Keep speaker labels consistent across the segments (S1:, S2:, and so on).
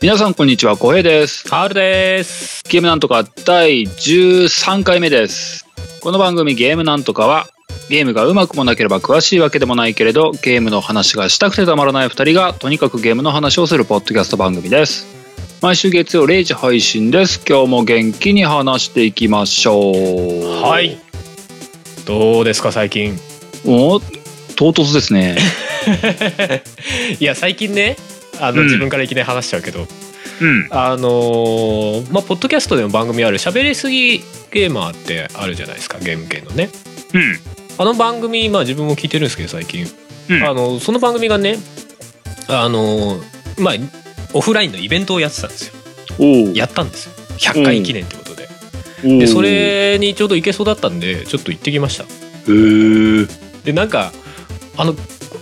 S1: 皆さんこんにちは、小平です。
S2: R です。
S1: ゲームなんとか第13回目です。この番組ゲームなんとかは、ゲームがうまくもなければ詳しいわけでもないけれど、ゲームの話がしたくてたまらない二人が、とにかくゲームの話をするポッドキャスト番組です。毎週月曜0時配信です。今日も元気に話していきましょう。
S2: はい。。どうですか最近。
S1: お唐突ですね。
S2: いや最近ね、あの、
S1: うん
S2: 自分からいきなり話しちゃ うけど、
S1: うん。
S2: あのーまあポッドキャストでも番組ある喋りすぎゲーマーってあるじゃないですかゲーム系のね。
S1: うん。
S2: あの番組まあ自分も聞いてるんですけど最近、
S1: うん
S2: あのその番組がね、あのーまあオフラインのイベントをやってたんですよ。
S1: おう
S2: やったんですよ。100回記念ってことで。
S1: おう
S2: でそれにちょうど行けそうだったんでちょっと行ってきました。
S1: へー
S2: でなんかあの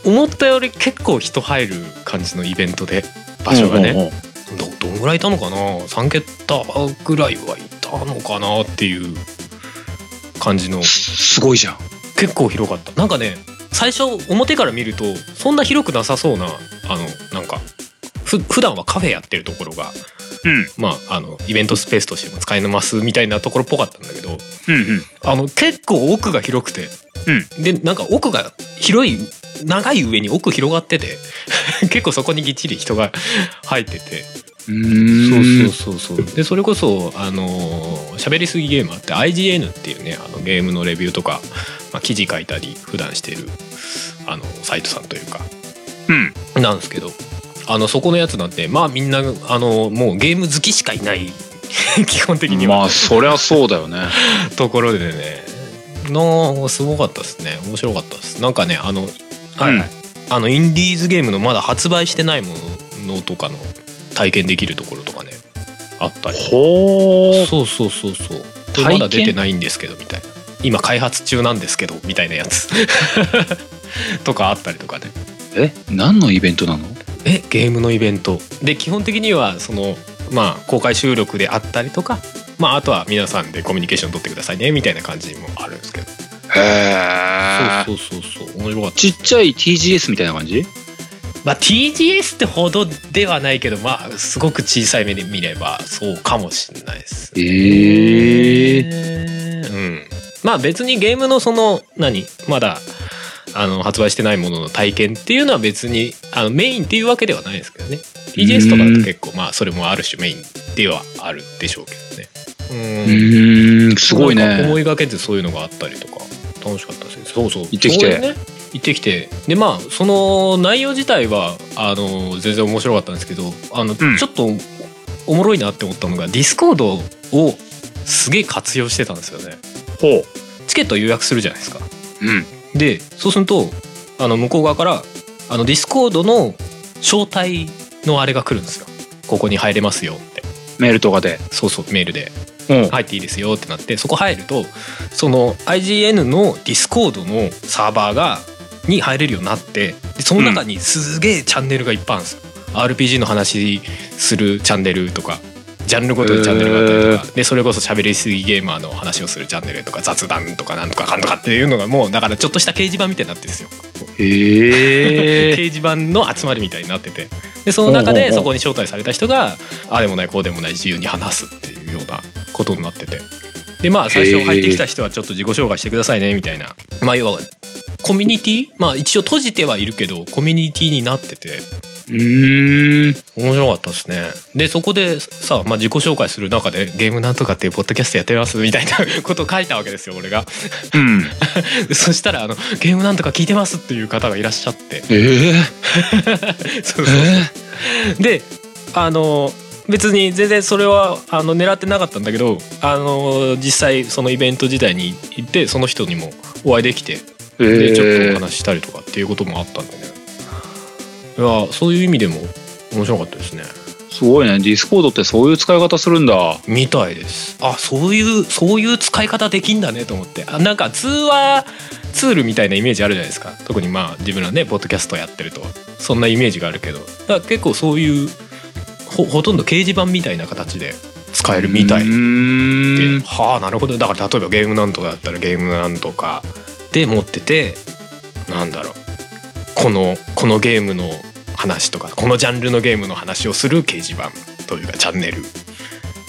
S2: 思ったより結構人入る感じのイベントで場所が
S1: うん
S2: ね
S1: うんうん
S2: どどんぐらいいたのかな3桁ぐらいはいたのかなっていう感じの
S1: すすごいじゃん。
S2: 結構広かったなんかね最初表から見るとそんな広くなさそうなあのなんかふ普段はカフェやってるところが、
S1: うん。
S2: まあ、あのイベントスペースとしても使えますみたいなところっぽかったんだけど
S1: うんうん。
S2: あの結構奥が広くて、でなんか奥が広い長い上に奥広がってて 結構そこにぎっちり人が入ってて
S1: うーん
S2: そうそうそうそうでそれこそあのー喋りすぎゲーマーって IGN っていうねあのゲームのレビューとか、まあ、記事書いたり普段してるあのサイトさんというか
S1: うん。
S2: なんですけどあのそこのやつなんてまあみんなあのもうゲーム好きしかいない 基本的には
S1: まあそりゃそうだよね。
S2: ところでねのすごかったですね面白かったですなんかねあの、はいはいあのインディーズゲームのまだ発売してないものとかの体験できるところとかねあったり
S1: ほー
S2: そうそうそうそう
S1: 体験
S2: まだ出てないんですけどみたいな今開発中なんですけどみたいなやつ とかあったりとかね
S1: え何のイベントなの
S2: えゲームのイベントで基本的にはそのまあ公開収録であったりとかまああとは皆さんでコミュニケーション取ってくださいねみたいな感じもあるんですけど
S1: へ
S2: そうそうそうそう面白かった
S1: ちっちゃい TGS みたいな感じ
S2: まあ TGS ってほどではないけどまあすごく小さい目で見ればそうかもしれないです
S1: ええ
S2: うんまあ別にゲームのその何まだあの発売してないものの体験っていうのは別にあのメインっていうわけではないですけどね TGS とかだと結構まあそれもある種メインではあるでしょうけどね
S1: うーんすごい
S2: なんか
S1: ね。
S2: 思いがけずそういうのがあったりとか楽しかったですねそうそう
S1: 行ってきて
S2: ちょうどね行ってきてでまあその内容自体はあの全然面白かったんですけどあの、
S1: うん
S2: ちょっとおもろいなって思ったのがディスコードをすげえ活用してたんですよね
S1: ほ
S2: チケット予約するじゃないですか
S1: う。うん。
S2: でそうするとあの向こう側からあのディスコードの招待のあれが来るんですよここに入れますよって
S1: メールとかで。
S2: そうそうメールで
S1: うん。
S2: 入っていいですよってなってそこ入るとその IGN の Discord のサーバーがに入れるようになってでその中にすげえチャンネルがいっぱいあるんですよ。RPG の話するチャンネルとかジャンルごとにチャンネルがあったりとか、でそれこそ喋りすぎゲーマーの話をするチャンネルとか雑談とかなんとかかんとかっていうのがもうだからちょっとした掲示板みたいになってるんですよ。
S1: へ
S2: 掲
S1: え。
S2: 示板の集まりみたいになっててでその
S1: ほうほ
S2: 中
S1: う
S2: で
S1: ほう
S2: そこに招待された人がああでもないこうでもない自由に話すっていうようなことになっててでまあ最初入ってきた人はちょっと自己紹介してくださいねみたいなまあ要はコミュニティまあ一応閉じてはいるけどコミュニティになってて
S1: うーん。
S2: 面白かったですねでそこでさ、まあ、自己紹介する中で「ゲームなんとかっていうポッドキャストやってます」みたいな ことを書いたわけですよ俺が
S1: うん。
S2: でそしたらあの「ゲームなんとか聞いてます」っていう方がいらっしゃって
S1: ええ。
S2: そうそう
S1: ええ。
S2: であの別に全然それはあの狙ってなかったんだけどあの実際そのイベント自体に行ってその人にもお会いできてでちょっとお話ししたりとかっていうこともあったんでねいやそういう意味でも面白かったですね
S1: すごいね。ディスコードってそういう使い方するんだ。
S2: みたいですあそういうそういう使い方できんだねと思ってあなんか通話ツールみたいなイメージあるじゃないですか特にまあ自分らねポッドキャストやってるとそんなイメージがあるけどだから結構そういうほほとんど掲示板みたいな形で使えるみたいで
S1: う、ーん。
S2: はあなるほどだから例えばゲームなんとかだったらゲームなんとかで持っててなんだろうこのこのゲームの話とかこのジャンルのゲームの話をする掲示板というかチャンネル、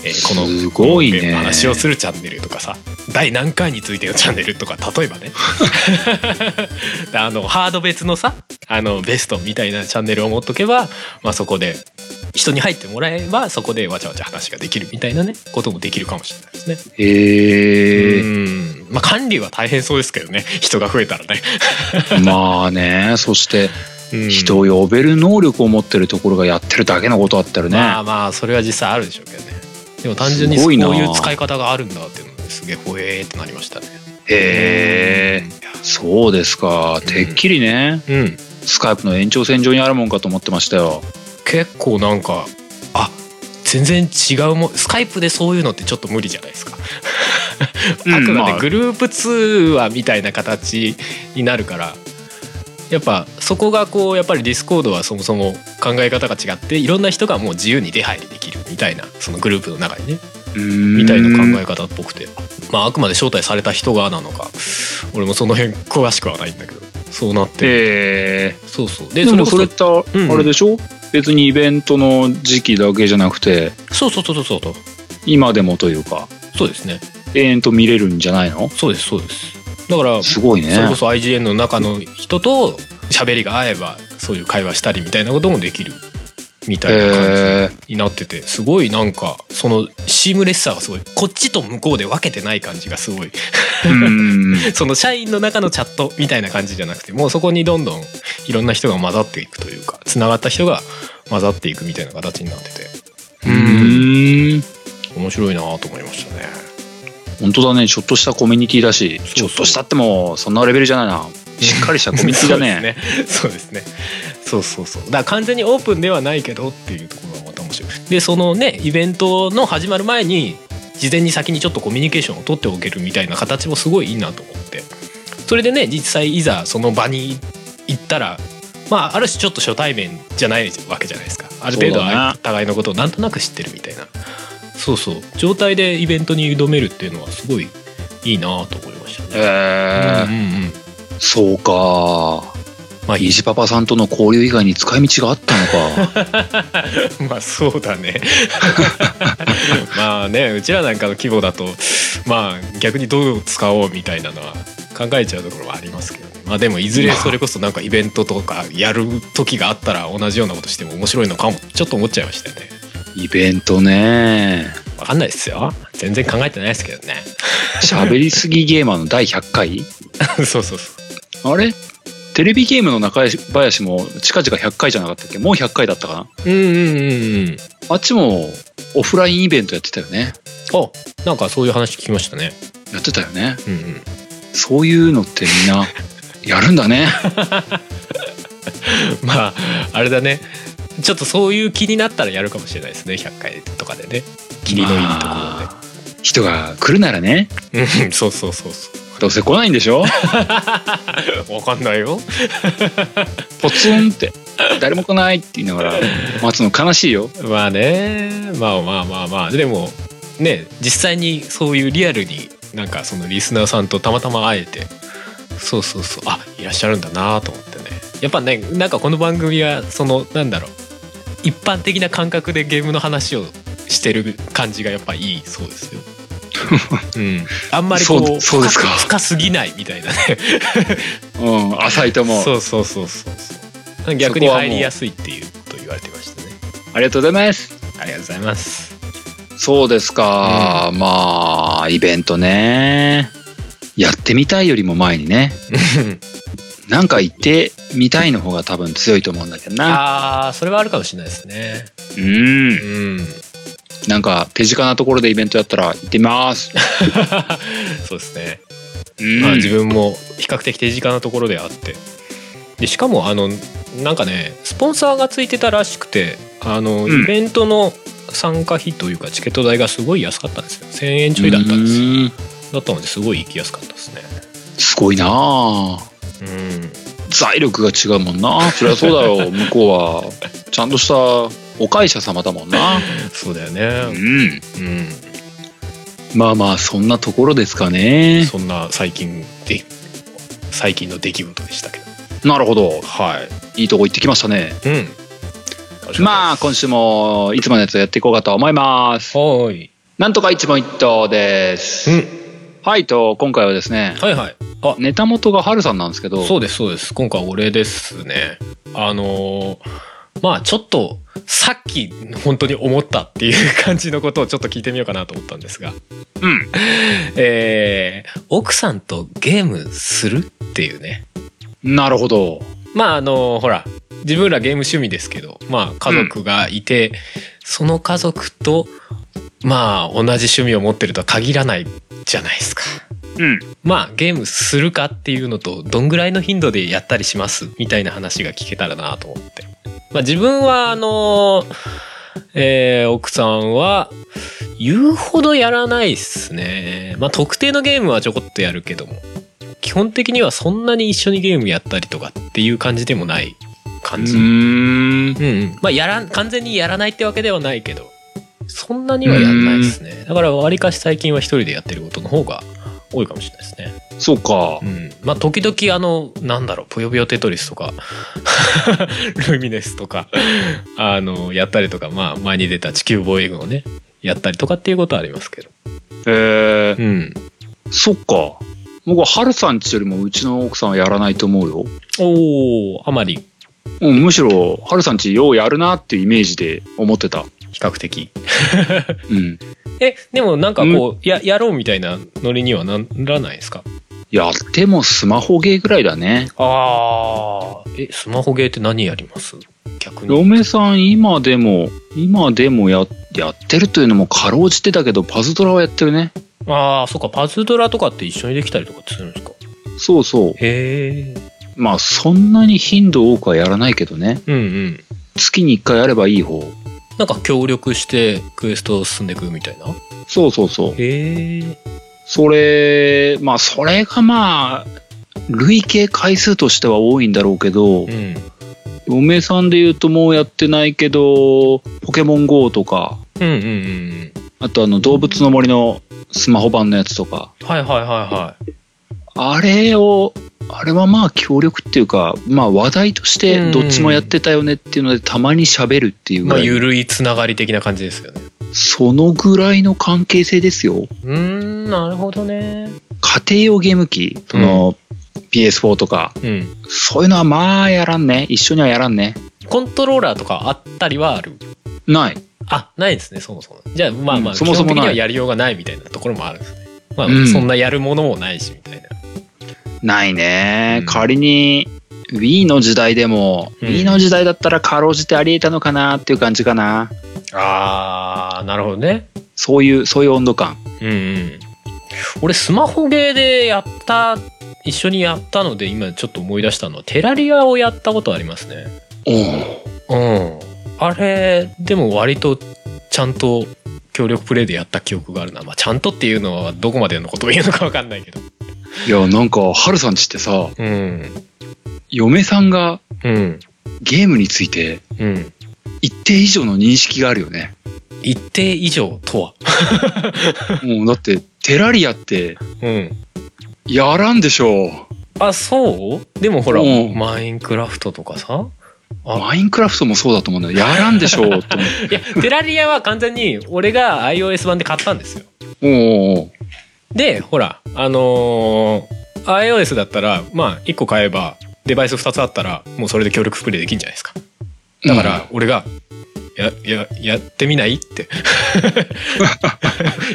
S2: えーこの
S1: すごいね
S2: このゲームの話をするチャンネルとかさ第何回についての チャンネルとか例えばね あのハード別のさあのベストみたいなチャンネルを持っとけば、まあ、そこで人に入ってもらえばそこでわちゃわちゃ話ができるみたいなねこともできるかもしれないですね。
S1: へえ
S2: うんまあ管理は大変そうですけどね人が増えたらね。
S1: まあねそして
S2: うん
S1: 人を呼べる能力を持ってるところがやってるだけのことあったらね、
S2: まあまあそれは実際あるでしょうけどねでも単純に
S1: す
S2: こう
S1: ごい
S2: い
S1: な
S2: う使い方があるんだっていうのですげえほえーってなりましたね
S1: へえそうですか
S2: ん
S1: てっきりね、
S2: うん
S1: スカイプの延長線上にあるもんかと思ってましたよ
S2: 結構なんかあ全然違うもんスカイプでそういうのってちょっと無理じゃないですか
S1: うん
S2: あくま
S1: ま
S2: で
S1: あ
S2: グループ通話みたいな形になるからやっぱそこがこうやっぱりディスコードはそもそも考え方が違っていろんな人がもう自由に出入りできるみたいなそのグループの中にねみ
S1: み
S2: たいな考え方っぽくて、まあ、あくまで招待された人がなのか俺もその辺詳しくはないんだけどそうなって、
S1: え
S2: そうそう
S1: え
S2: で
S1: でもそ
S2: そ
S1: れ
S2: れ
S1: っ
S2: こ
S1: てあれでしょ、別にイベントの時期だけじゃなくて
S2: そそうそうそうそうそう
S1: 今でもというか
S2: そうですね
S1: 永遠と見れるんじゃないの
S2: そうですそうですだからそ
S1: すごいね
S2: れこそ IGN の中の人と喋りが合えばそういう会話したりみたいなこともできるみたいな感じ
S1: え
S2: になっててすごいなんかそのシームレスさがすごいこっちと向こうで分けてない感じがすごい
S1: え うん
S2: その社員の中のチャットみたいな感じじゃなくてもうそこにどんどんいろんな人が混ざっていくというかつながった人が混ざっていくみたいな形になってて
S1: うーん
S2: 面白いなと思いましたね
S1: 本当だねちょっとしたコミュニティだし
S2: そう
S1: ちょっとしたってもうそんなレベルじゃないなしっかり したコミュニティ
S2: そ
S1: だ
S2: うで
S1: ね
S2: すねそうですねそうそうそうだから完全にオープンではないけどっていうところがまた面白いでそのねイベントの始まる前に事前に先にちょっとコミュニケーションを取っておけるみたいな形もすごいいいなと思ってそれでね実際いざその場に行ったらまあある種ちょっと初対面じゃないわけじゃないですかある程度
S1: そうだ
S2: は
S1: ね
S2: お互いのことをなんとなく知ってるみたいなそうそう状態でイベントに挑めるっていうのはすごいいいなと思いましたね。
S1: え
S2: うんうんうん
S1: えそうか
S2: まあいい
S1: イジパパさんとの交流以外に使い道があったの か
S2: まあそうだ ねまあねうちらなんかの規模だとまあ逆にどう使おうみたいなのは考えちゃうところはありますけど、ね、まあでもいずれそれこそなんかイベントとかやる時があったら同じようなことしても面白いのかもちょっと思っちゃいましたよね
S1: イベントね
S2: わかんないですよ全然考えてないですけ どね
S1: 喋りすぎゲーマーの第100回
S2: そうそうそ
S1: あれテレビゲームの中林も近々100回じゃなかったっけもう100回だったかな
S2: ううんうんうんうん
S1: あっちもオフラインイベントやってたよね
S2: あなんかそういう話聞きましたね
S1: やってたよね
S2: うんうん
S1: そういうのってみんなやるんだね
S2: まああれだねちょっとそういう気になったらやるかもしれないですね100回とかでね義理のいいところで
S1: まあ人が来るならね
S2: うんそうそうそうそ
S1: どうせ来ないんでし ょ
S2: う。わかんないよ。
S1: ポツンって誰も来ないって言いながら待つの悲しいよ
S2: まあね、まあまあまあまあ、でもね、実際にそういうリアルになんかそのリスナーさんとたまたま会えて、そうそうそう、あいらっしゃるんだなと思ってね。やっぱね、なんかこの番組はそのなんだろう、一般的な感覚でゲームの話をしてる感じがやっぱいいそうです よ。うん、あんまりこう
S1: そうそうですか
S2: 深く深すぎないみたいなね
S1: うん浅いと思う
S2: そうそうそうそうそう逆に入りやすいっていうことを言われてましたね
S1: ありがとうございます
S2: ありがとうございます
S1: そうですか、まあイベントねやってみたいよりも前にねなんか行ってみたいの方が多分強いと思うんだけどな
S2: ああそれはあるかもしれないですね
S1: うん
S2: うん
S1: なんか手近なところでイベントやったら行ってみ ます。
S2: そうですね、
S1: うん
S2: まあ、自分も比較的手近なところであってでしかもあのなんかねスポンサーがついてたらしくてあの、
S1: うん
S2: イベントの参加費というかチケット代がすごい安かったんですよ1000円ちょいだったんですよ
S1: うん
S2: だったのですごい行きやすかったですね
S1: すごいなあ
S2: うん
S1: 財力が違うもんな。そりゃそうだろう。 向こうはちゃんとしたお会社様だもんな。
S2: そうだよ
S1: う
S2: ね
S1: ん。
S2: うん
S1: まあまあそんなところですかね。
S2: そんな最近で最近の出来事でしたけど
S1: なるほど。
S2: はい
S1: いいとこ行ってきましたね。
S2: うんあ楽しかったです
S1: まあ、今週もいつものやつをやっていこうかと思います。
S2: はーい、
S1: なんとか一問一答です。
S2: うん、
S1: はい、と、今回はですね、
S2: はいはいあ
S1: ネタ元がハルさんなんですけど、
S2: そうですそうです今回俺ですねあのーまあちょっとさっき本当に思ったっていう感じのことをちょっと聞いてみようかなと思ったんですが
S1: うん。
S2: えー奥さんとゲームするっていうね
S1: なるほど。
S2: まああのほら自分らゲーム趣味ですけどまあ家族がいて、その家族とまあ同じ趣味を持ってるとは限らないじゃないですか。
S1: うん。
S2: まあゲームするかっていうのとどんぐらいの頻度でやったりしますみたいな話が聞けたらなと思って。まあ自分はあのえー奥さんは言うほどやらないっすね。まあ特定のゲームはちょこっとやるけども基本的にはそんなに一緒にゲームやったりとかっていう感じでもない感じ。
S1: うん。
S2: うんうん、まあやらん完全にやらないってわけではないけどそんなにはやんないですねだからわりかし最近は一人でやってることの方が多いかもしれないですね
S1: そうか
S2: う。んまあ時々あのなんだろう「ぷよぷよテトリス」とか 「ルミネス」とかあのやったりとかまあ前に出た「地球防衛軍」をねやったりとかっていうことはありますけど
S1: えー、
S2: うん
S1: そっか。僕はハルさんちよりもうちの奥さんはやらないと思うよ。
S2: おおあまり
S1: うん、むしろ、ハルさんちようやるなっていうイメージで思ってた。
S2: 比較的
S1: うん。
S2: えでもなんかこう、ややろうみたいなノリにはならないですか
S1: やってもスマホゲーぐらいだね。
S2: ああ。え、スマホゲーって何やります逆に。
S1: 嫁さん今でも、今でもや、やってるというのもかろうじてだけど、パズドラはやってるね。
S2: ああ、そっか、パズドラとかって一緒にできたりとかするんですか
S1: そうそう。
S2: へえ。
S1: まあ、そんなに頻度多くはやらないけどね。
S2: うんうん。
S1: 月に一回やればいい方。
S2: なんか協力してクエストを進んでいくみたいな。
S1: そうそうそう。
S2: へえ。
S1: それ、まあ、それがまあ、累計回数としては多いんだろうけど
S2: う、ん。
S1: 嫁さんで言うともうやってないけど、ポケモン GO とか、
S2: うんうんうん
S1: あとあの動物の森のスマホ版のやつとか、
S2: うん。はいはいはいはい。
S1: あれを、あれはまあ協力っていうか、まあ話題としてどっちもやってたよねっていうのでたまに喋るっていうぐ
S2: まあ、
S1: らい、
S2: ゆるいつながり的な感じですよね。
S1: そのぐらいの関係性ですよ。
S2: うーん、なるほどね。
S1: 家庭用ゲーム機、その PS4 とか、
S2: うん。
S1: そういうのはまあやらんね。一緒にはやらんね。
S2: コントローラーとかあったりはある
S1: ない。
S2: あ、ないですね、そもそも。じゃあ、まあまあ、
S1: うんそもそも
S2: 基本的に
S1: な
S2: はいやりようがないみたいなところもあるんですね。まあ、
S1: うん
S2: そんなやるものもないし、みたいな。
S1: ないね。
S2: うん
S1: 仮に Wii の時代でも、
S2: うん
S1: Wii の時代だったらかろうじてあり得たのかなっていう感じかな。
S2: あー、なるほどね。
S1: そういう、そういう温度感。
S2: うんうん。俺、スマホゲーでやった、一緒にやったので、今ちょっと思い出したのは、テラリアをやったことありますね。うん。あれ、でも割と、ちゃんと、協力プレイでやった記憶があるな。まあ、ちゃんとっていうのはどこまでのことを言うのかわかんないけど。
S1: いや、なんか、ハルさんちってさ、
S2: うん。
S1: 嫁さんが
S2: うん。
S1: ゲームについて
S2: うん。
S1: 一定以上の認識があるよ ね。
S2: 一定以上とは。
S1: もうだって、テラリアって、
S2: うん。
S1: やらんでしょう。
S2: あ、そうでもほら、
S1: うん
S2: マインクラフトとかさ。あ
S1: マインクラフトもそうだと思うんだよ。やらんでしょう って思
S2: いや、テラリアは完全に俺が iOS 版で買ったんですよ。
S1: う。おうおう
S2: で、ほら、あのー iOS だったら、まあ、1個買えば、デバイス2つあったら、もうそれで協力プレイできるんじゃないですか。だから、俺が、や、や、やってみないって、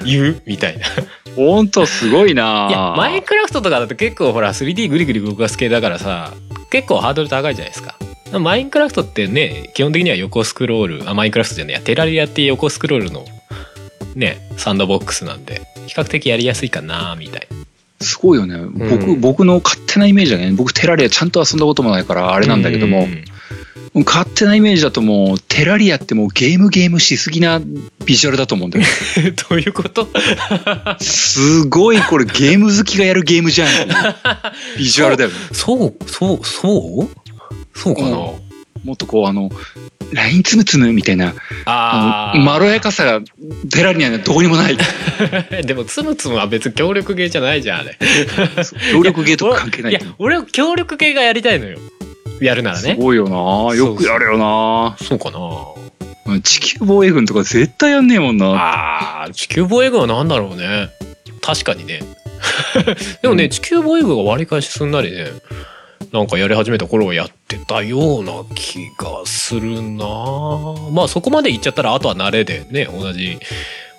S2: 言うみたいな。
S1: うん、ほんとすごいない
S2: や、マインクラフトとかだと結構ほら、3D グリグリ動かす系だからさ、結構ハードル高いじゃないですか。マインクラフトってね、基本的には横スクロール、あ、マインクラフトじゃねえや、テラリアっていう横スクロールの、ね、サンドボックスなんで、比較的やりやすいかなみたいな。
S1: すごいよね。僕、
S2: うん
S1: 僕の勝手なイメージだけどね。僕、テラリアちゃんと遊んだこともないから、あ
S2: あ
S1: れなんだけども、勝手なイメージだともう、テラリアってもうゲームゲームしすぎなビジュアルだと思うんだよ。
S2: どういうこと
S1: すごい、これゲーム好きがやるゲームじゃんっていう。 ビジュアルだよね。
S2: そう、そう、そうそうかな、
S1: うもっとこう、あの、ラインつむつむみたいな、
S2: あ
S1: あ
S2: ー
S1: の、まろやかさが、テラリアにはどうにもない。
S2: でも、つむつむは別に協力ゲーじゃないじゃん、あれ。
S1: そう協力ゲーとか関係ない
S2: や、俺は協力系がやりたいのよ。やるなら
S1: す
S2: ね
S1: ごいよなよくやるよな
S2: そうかな
S1: うん地球防衛軍とか絶対やんねえもんな
S2: あー地球防衛軍は何だろうね確かにね でもね、
S1: うん
S2: 地球防衛軍が割り返しすんなりねなんかやり始めた頃はやってたような気がするなまあそこまでいっちゃったらあとは慣れでね同じ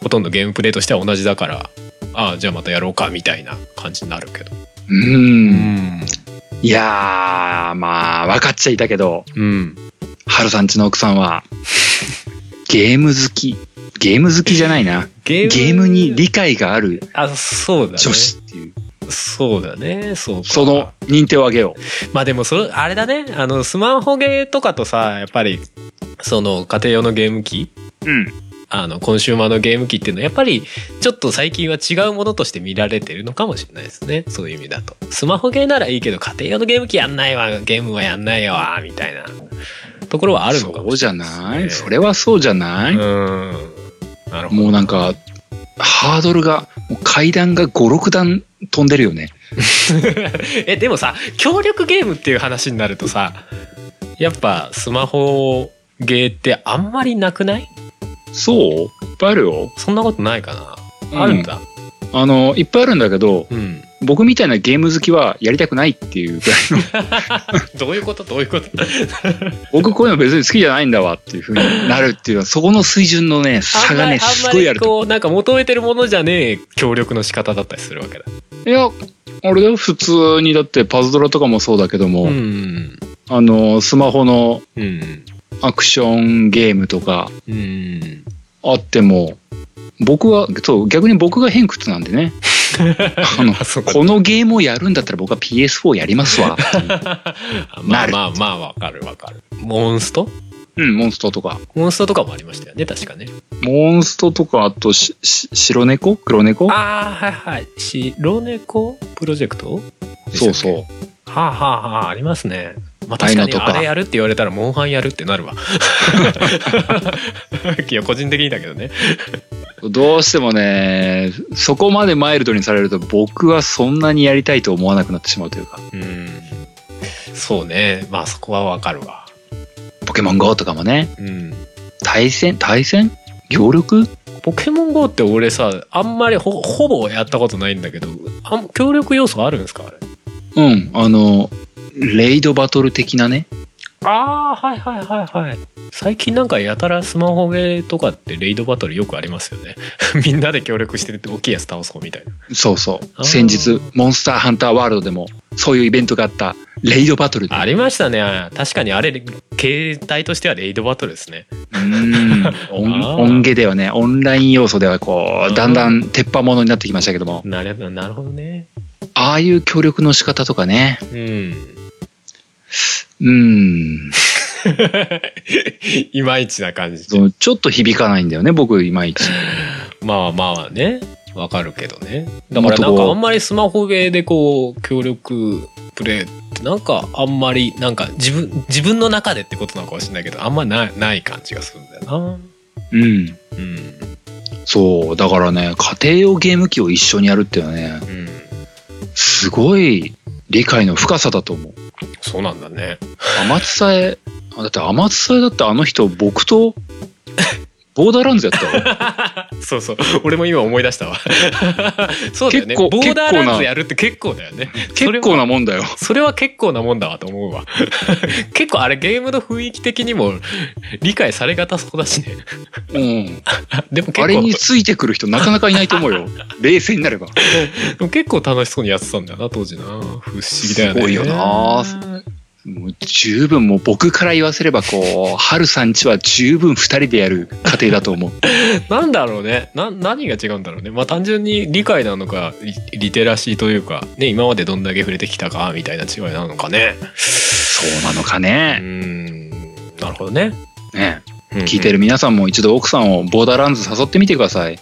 S2: ほとんどゲームプレイとしては同じだからああじゃあまたやろうかみたいな感じになるけど
S1: う
S2: うんん
S1: いやーまあ分かっちゃいたけど
S2: うん
S1: ハルさんちの奥さんはゲーム好きゲーム好きじゃないな
S2: ゲ
S1: ゲームに理解がある
S2: あそうだね
S1: 女子っていう
S2: そうだねそうか
S1: その認定をあげよう
S2: まあでもそれあれだねあのスマホゲーとかとさやっぱりその家庭用のゲーム機
S1: うん
S2: あのコンシューマーのゲーム機っていうのはやっぱりちょっと最近は違うものとして見られてるのかもしれないですねそういう意味だとスマホゲーならいいけど家庭用のゲーム機やんないわゲームはやんないわみたいなところはあるのか
S1: そ
S2: も
S1: う
S2: し
S1: じゃ
S2: れない
S1: ない、
S2: です
S1: そ
S2: ね
S1: れはそうじゃない、
S2: うんなるほど
S1: もうなんかハードルがもう階段が56段飛んでるよね
S2: えでもさ協力ゲームっていう話になるとさやっぱスマホゲーってあんまりなくない
S1: そういっぱいあるよ、
S2: そんなことないか
S1: う
S2: なあるんだ
S1: あのいっぱいあるんだけど
S2: うん、
S1: 僕みたいなゲーム好きはやりたくないって いうぐらいの
S2: どういうことどういうこと
S1: 僕こういうの別に好きじゃないんだわっていうふうになるっていうのはそこの水準のね 差がね
S2: あん
S1: す
S2: ま
S1: ごい
S2: り
S1: あ
S2: あんま
S1: る
S2: り
S1: と
S2: こうなんか求めてるものじゃねえ協力の仕方だったりするわけだ
S1: いやあれだよ普通にだってパズドラとかもそうだけども、
S2: うん
S1: あのスマホの
S2: うん
S1: アクションゲームとか
S2: うん
S1: あっても僕はそう逆に僕が偏屈なんでねあの
S2: あそうか
S1: このゲームをやるんだったら僕は PS4 やりますわ。
S2: ま
S1: な
S2: あ
S1: る
S2: まあまあわかるわかるモンスト
S1: うん、モンストとか。
S2: モンストとかもありましたよね確かね
S1: モンストとか、あとし、し白猫黒猫
S2: ああはいはい白猫プロジェクト
S1: そうそう。
S2: はあはあはあありますね。まあ
S1: ああいう
S2: 確か
S1: の
S2: に
S1: とか
S2: あれやるって言われたらモンハンやるってなるわ。いや個人的にだけどね。
S1: どうしてもね、そこまでマイルドにされると僕はそんなにやりたいと思わなくなってしまうというか、
S2: うん。そうね。まあそこはわかるわ。
S1: ポケモン GO とかもね、
S2: うん。
S1: 対戦、対戦協力
S2: ポケモン GO って俺さあんまりほほぼやったことないんだけどあん協力要素あるんですかあれ
S1: うん、あの、レイドバトル的なね。
S2: ああはいはいはいはい最近なんかやたらスマホゲーとかってレイドバトルよくありますよね みんなで協力してるって大きいやつ倒そうみたいな
S1: そうそ
S2: あー
S1: う。先日、モンスターハンターワールドでも、そういうイベントがあった、レイドバトルで
S2: ありましたね確かにあれ携帯としてはレイドバトルですね
S1: うんオン
S2: あー
S1: 音ゲではねオンライン要素ではこ
S2: うん
S1: うだんだん鉄板ものになってきましたけども
S2: なるほどなるほどね
S1: ああいう協力の仕方とかね
S2: うん
S1: うん
S2: いまいちな感じ
S1: そのちょっと響かないんだよね僕いまいち
S2: まあまあねわかるけどねだ
S1: だ
S2: か
S1: かららなん
S2: な
S1: ん
S2: か
S1: か
S2: あんまりスマホゲーでこう協力プレイってなんかあんまりなんか自分自分の中でってことなのかもしれないけどあんまないない感じがするんだよな
S1: うん
S2: うん
S1: そうだからね家庭用ゲーム機を一緒にやるっていうのはね
S2: うん
S1: すごい理解の深さだと思う
S2: そうなんだね
S1: 天津さえだって天津さえだってあの人僕 とボーダーランズやったわ
S2: そうそう俺も今思い出したわ そうだよね
S1: 結構
S2: ボーダー
S1: 結
S2: ラン
S1: 構
S2: ズ
S1: な
S2: やるって結構だよねそれ
S1: 結
S2: は
S1: 構なもんだよ
S2: それは結構なもんだわと思 うわ結構あれゲームの雰囲気的にも理解されがたそうだしね
S1: うん
S2: でも結構
S1: あれについてくる人なかなかいないと思うよ 冷静になれば
S2: でも結構楽しそうにやってたんだよな当時な不思議だよ
S1: す
S2: ね
S1: ごいよなもう十分もう僕から言わせればこう、春さんちは十分二人でやる家庭だと思う。
S2: なんだろうねな何が違うんだろうねまあ単純に理解なのかリリテラシーというかね今までどんだけ触れてきたかみたいな違いなのかね
S1: そうなのか
S2: う
S1: ね。
S2: んなるほどね、
S1: ね
S2: うん
S1: 聞い てる皆さんも一度奥さんをボーダーランズ誘ってみてください。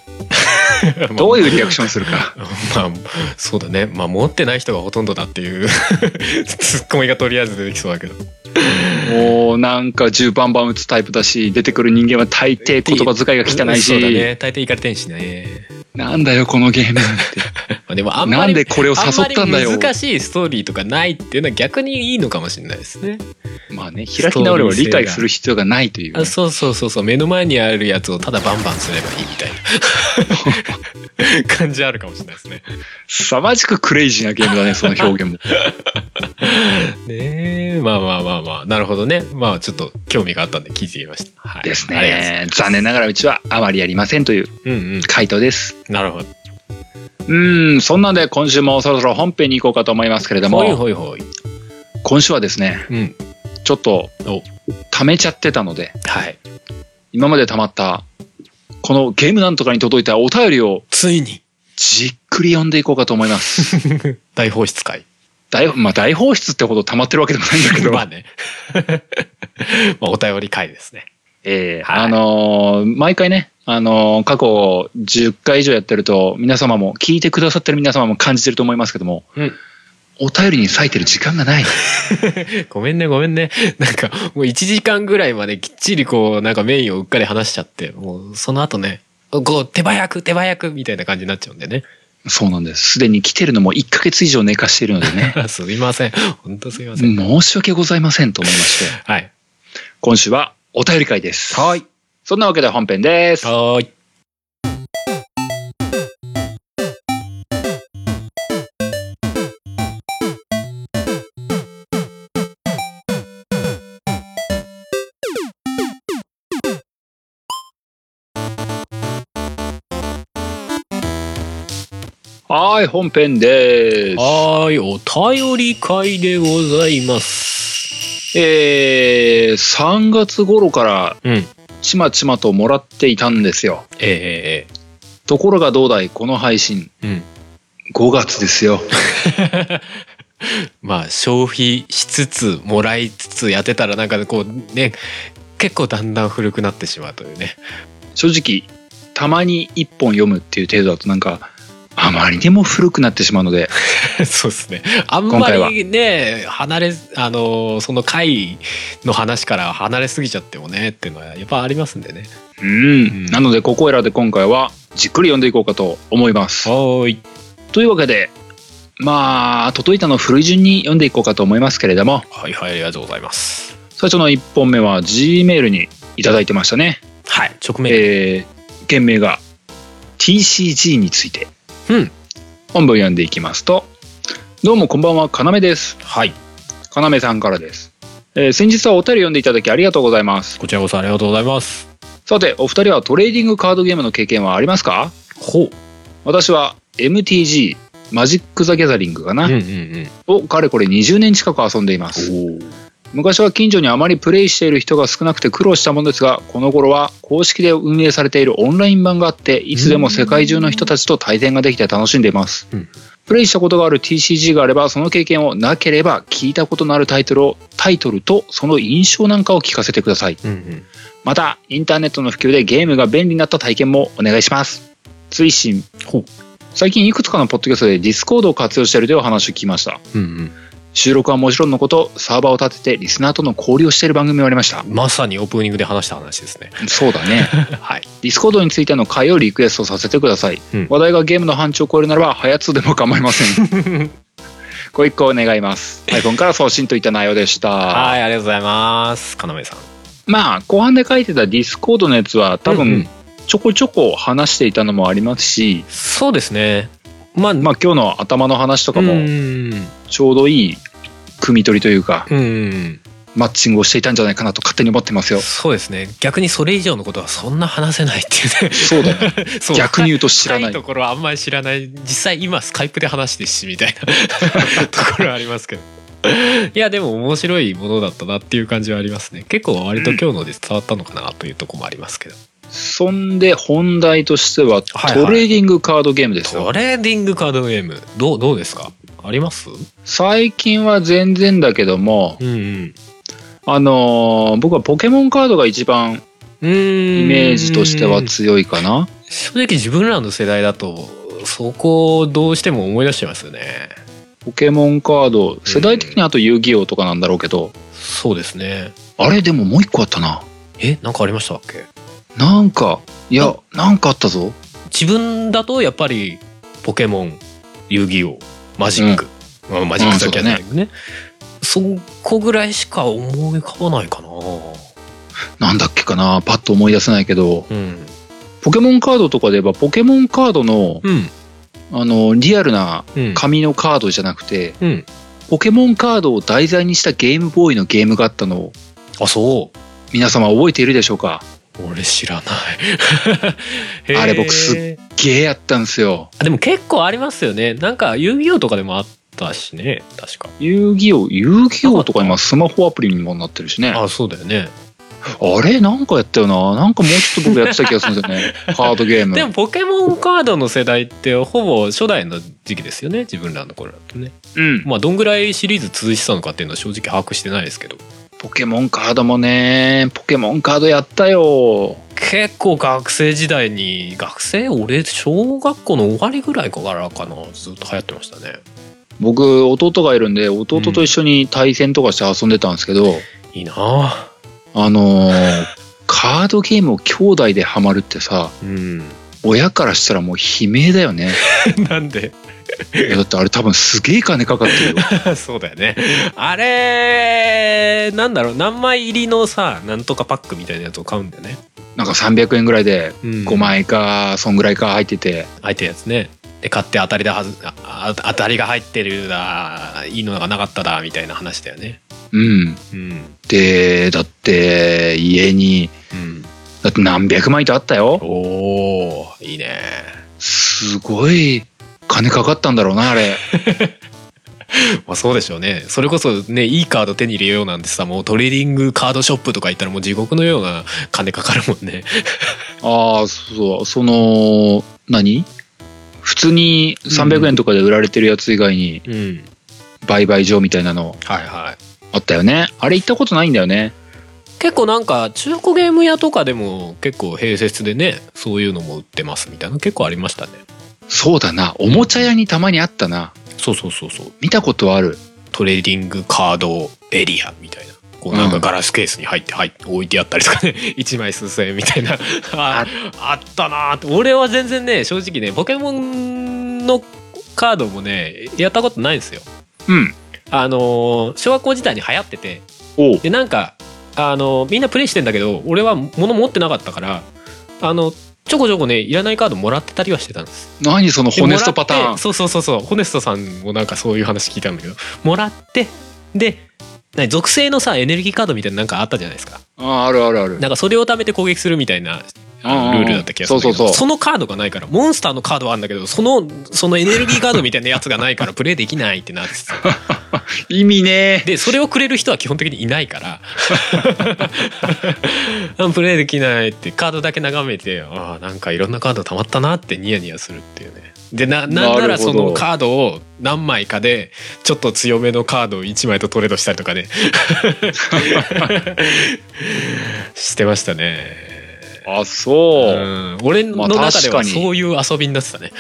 S1: どういうリアクションするか。
S2: まあそうだねまあ持ってない人がほとんどだっていう ツッコミがとりあえず出てきそうだけど
S1: もうなんか10バンバン打つタイプだし、出てくる人間は大抵言葉遣いが汚い
S2: そうだ
S1: し、
S2: ね大抵行かれてんしね、
S1: なんだよこのゲーム。
S2: まあ、でもあんま
S1: なん
S2: り
S1: でこれを誘ったんだ
S2: あ
S1: よ
S2: まり。難しいストーリーとかないっていうのは逆にいいのかもしれないですね
S1: まあね、開き直れば理解する必要がないというね、
S2: あそうそうそうそう目の前にあるやつをただバンバンすればいいみたい な感じあるかもしれないですね。
S1: 凄まじくクレイジーなゲームだね、その表現も。
S2: ねえまあまあまあまあなるほどねまあちょっと興味があったんで聞いてみました。は い、
S1: です
S2: ありがとうござい
S1: ね。残念ながらうちはあまりやりませんという
S2: ますうんうん
S1: 回答です。
S2: なるほど。
S1: うーん、そんなんで今週もそろそろ本編に行こうかと思いますけれど
S2: ほい
S1: も、
S2: ほいほい。
S1: 今週はですね、
S2: うん
S1: ちょっと
S2: お
S1: 溜めちゃってたので、
S2: はい
S1: 今まで溜まった、このゲームなんとかに届いたお便りを
S2: ついに
S1: じっくり読んでいこうかと思います。
S2: 大放出会。
S1: 大、まあ大放出ってほど溜まってるわけでもないんだけ ど、
S2: まあねまあお便り会ですね。
S1: ええ
S2: はい
S1: あのー毎回ね、あのー過去10回以上やってると、皆様も、聞いてくださってる皆様も感じてると思いますけども、
S2: うん
S1: お便りに割いてる時間がない。
S2: ごめんねごめんね なんかもう1時間ぐらいまできっちりこうなんかメインをうっかり話しちゃってもうその後ねこう手早く手早くみたいな感じになっちゃうんでね
S1: そうなんです。すでに来てるのも1ヶ月以上寝かしているので ね、
S2: すみません本当すみません、
S1: 申し訳ございませんと思いまして、
S2: はい
S1: 今週はお便り会です。
S2: はい
S1: そんなわけで本編です。
S2: はーい
S1: はい、本編です。
S2: はーいお便り会でございます
S1: えー、3月頃から
S2: うんえ
S1: ちまちまともらっていたんですよ。
S2: えええ
S1: ところがどうだいこの配信
S2: ええうん
S1: 5月ですよ
S2: まあ消費しつつもらいつつやってたらなんかこうね結構だんだん古くなってしまうというね
S1: 正直たまに1本読むっていう程度だとなんかあまりにも古くなってしまうので
S2: そうですね。あん
S1: 今
S2: ま
S1: 回は
S2: りね、離れ、あの、その回の話から離れすぎちゃってもね、っていうのはやっぱありますんでね。
S1: うん、
S2: ん
S1: なのでここ選で今回はじっくり読んでいこうかと思います
S2: はーい。
S1: というわけでまあ届いたの古い順に読んでいこうかと思いますけれども
S2: はいはい、ありがとうございます。
S1: 最初の1本目は G メールにいただいてましたね
S2: はい、直面。
S1: えー、件名が TCG について、
S2: うん
S1: 本文読んでいきますとどうもこんばんはかなめです
S2: はい、
S1: かなめさんからです、えー先日はお便り読んでいただきありがとうございます
S2: こちらこそありがとうございます。
S1: さてお二人はトレーディングカードゲームの経験はありますか
S2: ほう。
S1: 私は MTG マジック・ザ・ギャザリングかな、
S2: うんうんうん。
S1: をかれこれ20年近く遊んでいます昔は近所にあまりプレイしている人が少なくて苦労したものですがこの頃は公式で運営されているオンライン版があっていつでも世界中の人たちと対戦ができて楽しんでいます、
S2: うん
S1: プレイしたことがある TCG があればその経験をなければ聞いたことのあるタイトルをタイトルとその印象なんかを聞かせてください
S2: うんうん。
S1: またインターネットの普及でゲームが便利になった体験もお願いします追伸
S2: ほう
S1: 最近いくつかのポッドキャストで Discord を活用しているというお話を聞きました
S2: うん
S1: 収録はもちろんのことサーバーを立ててリスナーとの交流をしている番組もありました
S2: うん。まさにオープニングで話した話ですね。
S1: そうだ ね
S2: はい。
S1: Discord についての回をリクエストさせてください、
S2: うん
S1: 話題がゲームの範疇を超えるならば早通でも構いません ご一行願います iPhone から送信といった内容でした
S2: はい、ありがとうございます。かなめさん。
S1: まあ後半で書いてた Discord のやつは多
S2: うんう
S1: 分
S2: ん
S1: ちょこちょこ話していたのもありますし、
S2: そうですね。まあ、
S1: まあ今日の頭の話とか
S2: うんう
S1: も
S2: ん
S1: ちょうどいい汲み取りというか、
S2: うん。うんうん。
S1: マッチングをしていたんじゃないかなと勝手に思ってますよ。
S2: そうですね逆にそれ以上のことはそんな話せないっていうね
S1: そうだね。
S2: そう
S1: 逆に言うと知らない
S2: 深ところはあんまり知らない実際今スカイプで話してしみたいな ところはありますけどいやでも面白いものだったなっていう感じはありますね結構割と今日ので伝わったのかなというところもありますけど、
S1: そんで本題としては
S2: はいはい
S1: トレーディングカードゲームですよ。
S2: トレーディングカードゲームどうどうですかありますう
S1: 最近は全然だけども、
S2: んうん
S1: あのー僕はポケモンカードが一番
S2: うーん
S1: イメージとしては強いかな。
S2: 正直自分らの世代だとそこをどうしても思い出しちゃいますよね
S1: ポケモンカード、世代的にあと遊戯王とかなんだろうけど、
S2: そうですね
S1: あれでももう一個あったな。
S2: えなんかありましたっけ
S1: なんか、いや、なんかあったぞ。
S2: 自分だとやっぱりポケモン遊戯王マジック、まあマジックだけじゃないけどね、そそこぐらいしか思い浮かばないかな
S1: なんだっけかなパッと思い出せないけど、
S2: うん
S1: ポケモンカードとかで言えば、ポケモンカードの、
S2: うん
S1: あの、リアルな
S2: うん
S1: 紙のカードじゃなくて、
S2: うん
S1: ポケモンカードを題材にしたゲームボーイのゲームがあったのを、
S2: あそ
S1: 皆様覚えているでしょうか
S2: う俺 知らないへー
S1: あれ僕すっゲーやったんですよ。
S2: あでも結構ありますよねなんか遊戯王とかでもあったしね確か
S1: 遊戯王、遊戯王とか今スマホアプリにもなってるしね。あ
S2: あそうだよね、
S1: れなんかやったよな。なんかもうちょっと僕やってた気がするんですよ ね。カードゲーム。
S2: でもポケモンカードの世代ってほぼ初代の時期ですよね自分らの頃だとね
S1: うん。
S2: まあどんぐらいシリーズ続いてたのかっていうのは正直把握してないですけど
S1: ポケモンカードもね、ポケモンカードやったよ。
S2: 結構学生時代に学生俺小学校の終わりぐらいからかなずっと流行ってましたね
S1: 僕、弟がいるんで、弟と一緒に対戦とかして遊んでたんですけど、
S2: いいなあ
S1: あ のーカードゲームを兄弟でハマるってさ、
S2: うん
S1: 親からしたらもう悲鳴だよね。
S2: なんで
S1: いやだってあれ多分すげえ金かかってるよ。
S2: そうだよねあれなんだろう何枚入りのさなんとかパックみたいなやつを買うんだよね、
S1: なんか300円ぐらいで
S2: うん、
S1: 5枚か、そんぐらいか入ってて、
S2: 入ってるやつねで買って当たりだはずああ当たりが入ってるだいいのがなかっただみたいな話だよね
S1: うん。
S2: うん
S1: で、だって家に、
S2: うん
S1: だって何百枚とあったよ。
S2: おおいいね
S1: すごい金かかったんだろうな、あれ。
S2: まあそうでしょうねそれこそねいいカード手に入れようなんてさもうトレーディングカードショップとか行ったらもう地獄のような 金かかるもんね
S1: ああ、そう、その、何普通に300円とかで売られてるやつ以外に
S2: うん
S1: 売買所みたいなの
S2: はいはい
S1: あったよね。あれ行ったことないんだよね。
S2: 結構なんか中古ゲーム屋とかでも結構併設でねそういうのも売ってますみたいなの結構ありましたね
S1: そうだな。おもちゃ屋にたまにあったな。
S2: そうそうそうそう
S1: 見たことある。
S2: トレーディングカードエリアみたいなこうなん
S1: う
S2: か
S1: ん
S2: ガラスケースに入って入って置いてあったりとかね 一枚数千円みたいな ああったなーって俺は全然ね正直ねポケモンのカードもねやったことないんですよ
S1: うん。
S2: あのー小学校時代に流行ってて
S1: おう。
S2: でなんか、あのーみんなプレイしてんだけど俺は物持ってなかったからあのちょこちょこねいらないカードもらってたりはしてたんです
S1: 何その
S2: で
S1: ホネストパタ
S2: もら
S1: ー
S2: っ
S1: ン
S2: て。そうそうそうそうホネストさんもなんかそういう話聞いたんだけどもらってで何属性のさエネルギーカードみたいななんかあったじゃないですか
S1: ああ、あるあるある。
S2: なんかそれを貯めて攻撃するみたいなあの
S1: うんうんうん
S2: ルールだった気がするんだけど
S1: そうそうそう
S2: のカードがないからモンスターのカードはあるんだけどそのそのエネルギーカードみたいなやつがないからプレイできないってなってて
S1: 意味ねえ。
S2: でそれをくれる人は基本的にいないから あプレイできないってカードだけ眺めてああなんかいろんなカードたまったなってニヤニヤするっていうねでななんな
S1: なる
S2: ら
S1: ほど
S2: そのカードを何枚かでちょっと強めのカードを1枚とトレードしたりと かねしてましたね
S1: あ、そうう。
S2: ん、俺の
S1: まあ
S2: 中では
S1: 確かに
S2: そういう遊びになってたね。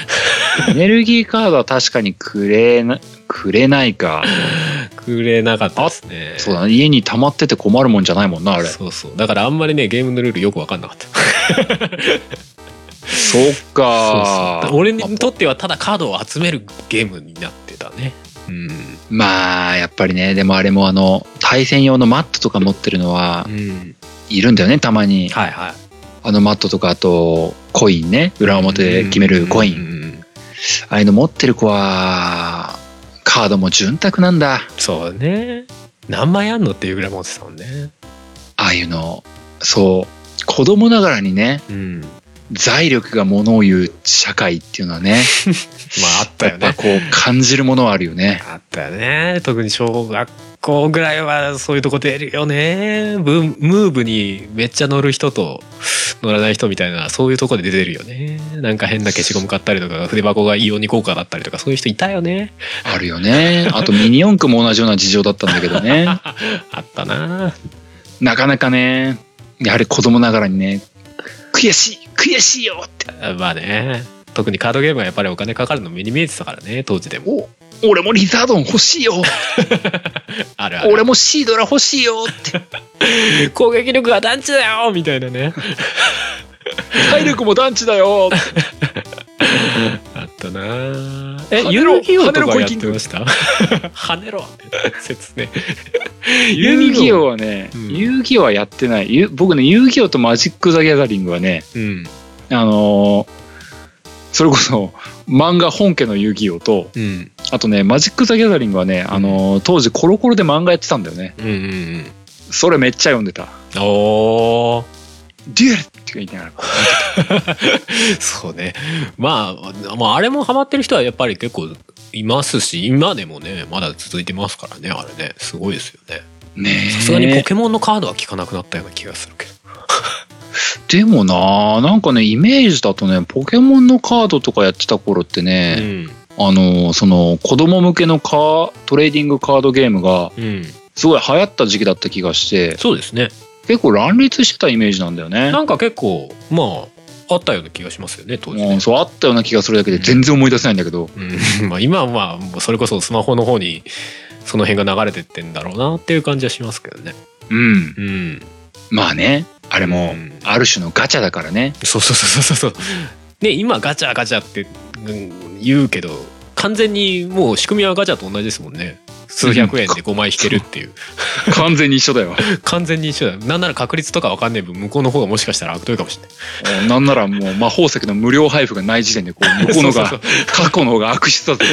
S1: エネルギーカードは確かにくれな、くれないか。
S2: くれなかったですね。
S1: そうだな。家に溜まってて困るもんじゃないもんな、あれ。そ
S2: そうそう。だからあんまりね、ゲームのルールよく分かんなかった。
S1: っか
S2: そうそう俺にとってはただカードを集めるゲームになってたね。うん。
S1: まあ、やっぱりね、でもあれもあの、対戦用のマットとか持ってるのは
S2: う、ん。
S1: いるんだよね、たまに。
S2: はいはい。
S1: あのマットとか、あと、コインね。裏表で決めるコイン。
S2: うんうんうん。
S1: ああいうの持ってる子は、カードも潤沢なんだ。
S2: そうね。何枚あんのっていうぐらい持ってたもんね。
S1: ああいうの。そう。子供ながらにね、
S2: うん。ま
S1: 財力がものを言う社会っていうのはね、
S2: ああったよ
S1: やっぱこ
S2: ね。
S1: う感じるものはあるよね。
S2: あったよね。特に小学校ぐらいはそういうとこ出るよね。ブームーブにめっちゃ乗る人と乗らない人みたいな、そういうとこで出てるよね。なんか変な消しゴム買ったりとか、筆箱がイオニ効果だったりとか、そういう人いたよね。
S1: あるよね。あとミニ四駆も同じような事情だったんだけど ね。
S2: あったな
S1: なかなかね、やはり子供ながらにね、悔しい悔しいよって、
S2: まあね。特にカードゲームはやっぱりお金かかるの目に見えてたからね、当時でも。
S1: お俺もリザードン欲しいよ
S2: あるあ
S1: 俺
S2: る。
S1: もシードラ欲しいよ って、
S2: 攻撃力が団地だよみたいなね。
S1: 体力も団地だよって
S2: あったなえ
S1: 跳ねろ
S2: ユーロギオと
S1: 跳ねろ
S2: か
S1: 小
S2: やっ
S1: 池
S2: てました跳ねろ 説明
S1: 遊戯王はね、
S2: うん
S1: 遊戯王はやってない。ゆ僕ね、遊戯王とマジック・ザ・ギャザリングはね、
S2: うん
S1: あのーそれこそ漫画本家の遊戯王と、
S2: うん
S1: あとね、マジック・ザ・ギャザリングはね、あのー当時コロコロで漫画やってたんだよね。
S2: うんうん
S1: それめっちゃ読んでた。
S2: うんおー
S1: デュエルって言いながら。
S2: そうねまあまああれもハマってる人はやっぱり結構いますし今でもねまだ続いてますからねあれねすごいですよね
S1: ねえ
S2: さすがにポケモンのカードは効かなくなったような気がするけど
S1: でもな、なんかね、イメージだとね、ポケモンのカードとかやってた頃って
S2: う
S1: ね、
S2: ん
S1: あのーその、子供向けのカートレーディングカードゲームが、
S2: うん
S1: すごい流行った時期だった気がして、
S2: そうですね
S1: 結構乱立してたイメージなんだよね。
S2: なんか結構まああったような気がしますよね当時
S1: う
S2: ね
S1: ん、そうあったような気がするだけで全然思い出せないんだけど、
S2: うん、 まあ今はまあもうそれこそスマホの方にその辺が流れてってんだろうなっていう感じはしますけどね。
S1: うん、
S2: うん。
S1: まあねあれも
S2: うん
S1: ある種のガチャだから ね
S2: そうそうそうそうそう。ね今ガチャガチャって、うん言うけど完全にもう仕組みはガチャと同じですもんね。数百円で5枚引けるっていう
S1: 完全に一緒だ よ
S2: 完全に一緒だなんなら確率とかわかんない分向こうの方がもしかしたら悪いかもしれない
S1: うんなんならもう魔法石の無料配布がない時点でこう向こうのが
S2: そうそう
S1: 過去の方が悪質だぜ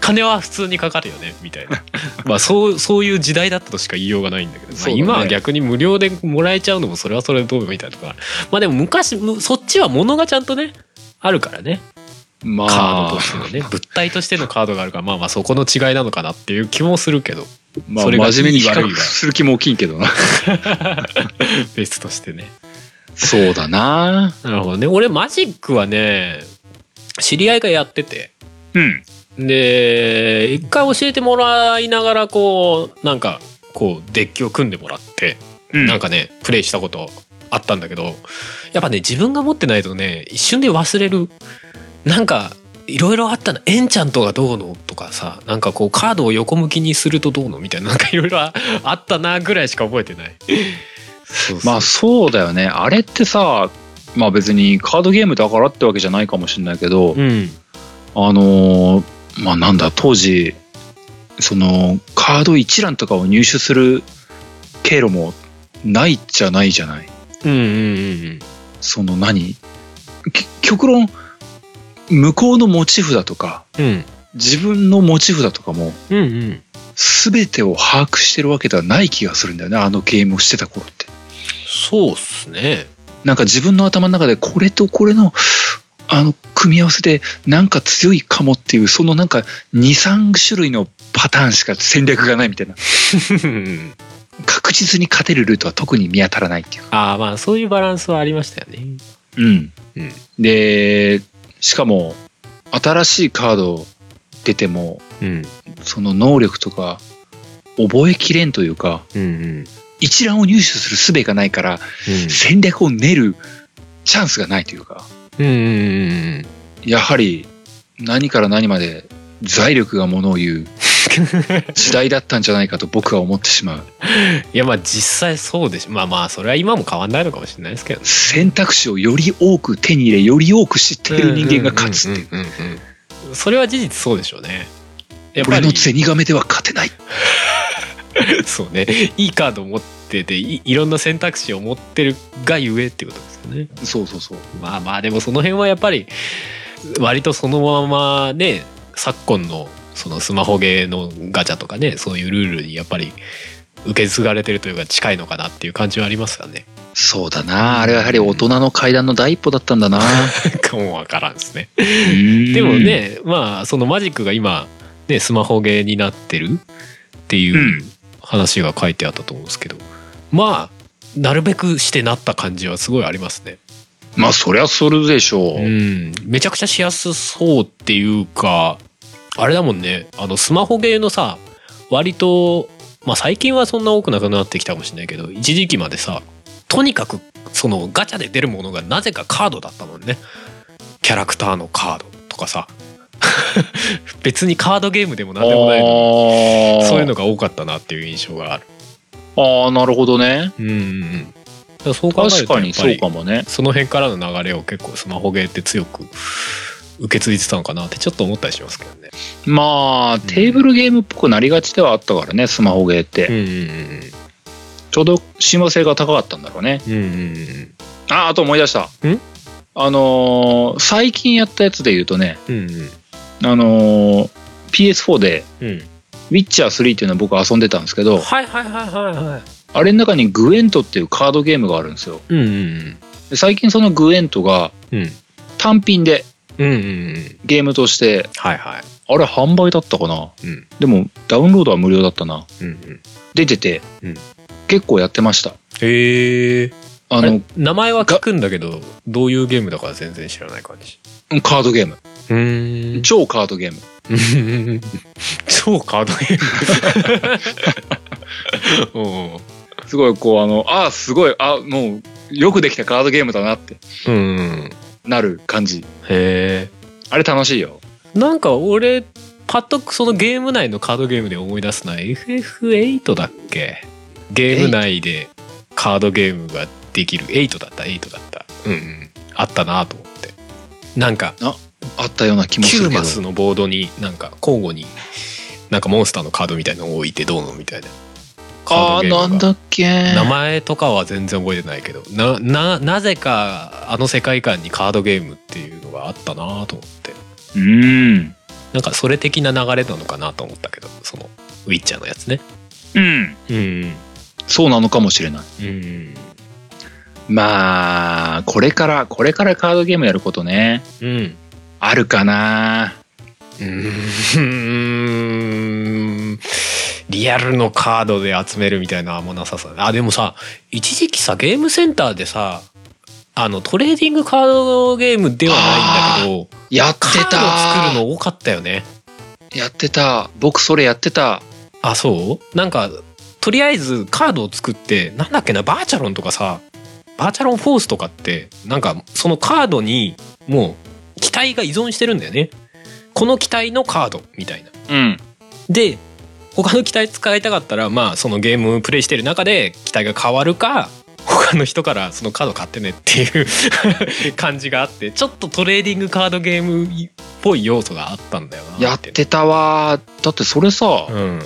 S2: 金は普通にかかるよねみたいな まあそうそういう時代だったとしか言いようがないんだけど、まあ
S1: そうだね
S2: 今は逆に無料でもらえちゃうのもそれはそれでどうみたいなとかまあでも昔むそっちは物がちゃんとねあるからね
S1: ま
S2: カード
S1: あ
S2: としてのね物体としてのカードがあるからまあまあそこの違いなのかなっていう気もする けど
S1: まあ
S2: それが
S1: 真面目に比
S2: いい悪い
S1: 較
S2: は
S1: する気も大きいけ どな
S2: ベストとしてね
S1: そうだな
S2: なるほどね俺マジックはね知り合いがやってて
S1: うん
S2: で一回教えてもらいながらこうなんかこうデッキを組んでもらって
S1: うん
S2: なんかねプレイしたことあったんだけどやっぱね自分が持ってないとね一瞬で忘れるなんかいろいろあったなエンチャントがどうのとかさなんかこうカードを横向きにするとどうのみたいななんかいろいろああったなぐらいしか覚えてない。そうそう
S1: まあそうだよねあれってさまあ別にカードゲームだからってわけじゃないかもしれないけど、
S2: うん
S1: あのーまあなんだ当時そのカード一覧とかを入手する経路もないじゃないじゃない
S2: うんうんうん
S1: その何き極論向こうの持ち札とか
S2: うんうん
S1: 自分の持ち札とかも
S2: うんうん
S1: 全てを把握してるわけではない気がするんだよねあのゲームをしてた頃って
S2: そうっすね。
S1: なんか自分の頭の中でこれとこれのあの組み合わせでなんか強いかもっていうそのなんか23種類のパターンしか戦略がないみたいな確実に勝てるルートは特に見当たらないっていうか、
S2: ああまあそういうバランスはありましたよね。
S1: うん
S2: うん
S1: でしかも新しいカード出ても
S2: うん
S1: その能力とか覚えきれんというか
S2: うんうん
S1: 一覧を入手する術がないから戦略を練るチャンスがないというか
S2: うんうんうんうん
S1: やはり何から何まで財力がものを言う時代だったんじゃないかと僕は思ってしまう
S2: いやまあ実際そうでしまあまあそれは今も変わんないのかもしれないですけどね
S1: 選択肢をより多く手に入れより多く知っている人間が勝つっていう
S2: うんうんうんうんうんそれは事実そうでしょうねやっぱ
S1: 俺
S2: り
S1: のゼニガメでは勝てない
S2: そうねいいカードを持ってていいろんな選択肢を持ってるがゆえっていうことですよね
S1: そうそうそう
S2: まあまあでもその辺はやっぱり割とそのままね昨今のそのスマホゲーのガチャとかねそういうルールにやっぱり受け継がれてるというか近いのかなっていう感じはありますよね。
S1: そうだなあれはやはり大人の階段の第一歩だったんだな
S2: なんかもうわからんですね。
S1: で
S2: でもね、まあそのマジックが今、ね、スマホゲーになってるっていう話が書いてあったと思うんですけど、まあなるべくしてなった感じはすごいありますね。
S1: まあそりゃそれでしょう、
S2: うん、めちゃくちゃしやすそうっていうかあれだもんねあのスマホゲーのさ割と、まあ、最近はそんな多くなくなってきたかもしれないけど一時期までさとにかくそのガチャで出るものがなぜかカードだったもんねキャラクターのカードとかさ 別にカードゲームでもなんでもないの
S1: あ
S2: にそういう
S1: の
S2: のが多かったなっていう印象がある
S1: ああなるほどね
S2: うんうんうんだからそう考える
S1: 確
S2: と
S1: か
S2: や
S1: に
S2: っぱ
S1: そう
S2: り
S1: かもね
S2: その辺からの流れを結構スマホゲーって強く受け継いでたのかなってちょっと思ったりしますけどね。
S1: まあ、テーブルゲームっぽくなりがちではあったからね、スマホゲーって。
S2: うん
S1: ちょうど親和性が高かったんだろうね。
S2: うんうんうんうん
S1: あ、あと思い出した。
S2: ん
S1: あのー最近やったやつで言うとね、
S2: うんうん
S1: あのー PS4 で、
S2: うん
S1: ウィッチャー3っていうのを僕遊んでたんですけど、
S2: はいはいはいはいはい。
S1: あれの中にグエントっていうカードゲームがあるんですよ。
S2: うんうん
S1: で最近そのグエントが
S2: うんうん
S1: 単品で
S2: うんうんうん
S1: ゲームとして、
S2: はいはい。
S1: あれ販売だったかな
S2: うん
S1: でもダウンロードは無料だったな。
S2: うんうん。
S1: 出てて、
S2: うん
S1: 結構やってました。
S2: へえ。
S1: あ
S2: あ
S1: の
S2: の、名前は聞くんだけどどういうゲームだか全然知らない感じ。
S1: カードゲーム。
S2: うーん。
S1: 超カードゲーム。
S2: 超カードゲ ーム。
S1: すごいこうあの、ああ、すごい、あもうよくできたカードゲームだなって
S2: うん。うん。
S1: なる感じ。
S2: へ
S1: あれ楽しいよ。
S2: え。なんか俺パッとそのゲーム内のカードゲームで思い出すのは FF8 だっけゲーム内でカードゲームができる8だった8だったうん、うん、あったなと思ってなんか
S1: あったような気もする
S2: 9
S1: けど
S2: マ。スのボードになんか交互になんかモンスターのカードみたいのを置いてどうのみたいなカ
S1: あ
S2: ード
S1: あ、
S2: ゲームが
S1: なんだっけ。
S2: 名前とかは全然覚えてないけどなななぜかあの世界観にカードゲームっていうのがあったなと思って
S1: うん。
S2: なんかそれ的な流れなのかなと思ったけどそのウィッチャーのやつね
S1: うん。
S2: うん
S1: そうなのかもしれない。
S2: うん
S1: まあ、これから、これからカードゲームやることね。
S2: うん
S1: あるかな。
S2: うーんリアルのカードで集めるみたいなのはあんまなさそうだあでもさ一時期さゲームセンターでさあのトレーディングカードゲームではないんだけど
S1: やって
S2: カード
S1: た。
S2: 作るの多かったよね
S1: やってた。僕それやってた。
S2: あそうなんかとりあえずカードを作ってなんだっけなバーチャロンとかさバーチャロンフォースとかってなんかそのカードにもう機体が依存してるんだよねこの機体のカードみたいな
S1: うん。
S2: で他の機体使いたかったらまあそのゲームプレイしてる中で機体が変わるか他の人からそのカード買ってねっていう 感じがあってちょっとトレーディングカードゲームっぽい要素があったんだよな
S1: やってたわ。だってそれさ、
S2: うん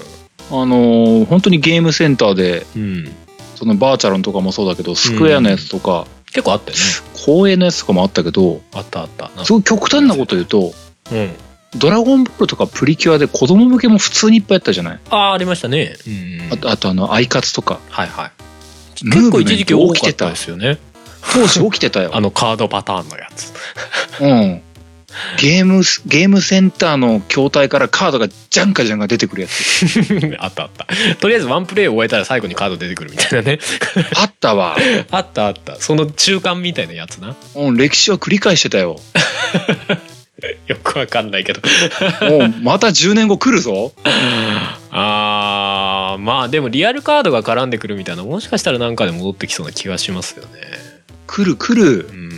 S1: あのー本当にゲームセンターで、
S2: うん
S1: そのバーチャロンとかもそうだけど、スクエアのやつとか、
S2: 結構あったよね
S1: 公営のやつとかもあったけど
S2: あったあった
S1: すごい極端なこと言うと
S2: うん
S1: 「ドラゴンボール」とか「プリキュア」で子供向けも普通にいっぱいやったじゃない
S2: ああありましたね。うん
S1: あとあとあの「アイカツ」と か
S2: はいはい。
S1: ムー
S2: 結
S1: ブ
S2: 構
S1: メント
S2: 一時期多
S1: 起き
S2: かって
S1: た
S2: たですよね。
S1: 当時起きてたよ
S2: あのカードパターンのやつ。
S1: うんゲームゲームセンターの筐体からカードがジャンカジャンが出てくるやつ
S2: あったあった。とりあえずワンプレイ終えたら最後にカード出てくるみたいなね。
S1: あったわ、
S2: あったあった。その中間みたいなやつな。
S1: うん、歴史は繰り返してたよ
S2: よくわかんないけど。
S1: もうまた10年後来るぞ
S2: あーまあでもリアルカードが絡んでくるみたいなもしかしたらなんかで戻ってきそうな気がしますよね。
S1: 来る来る
S2: うん。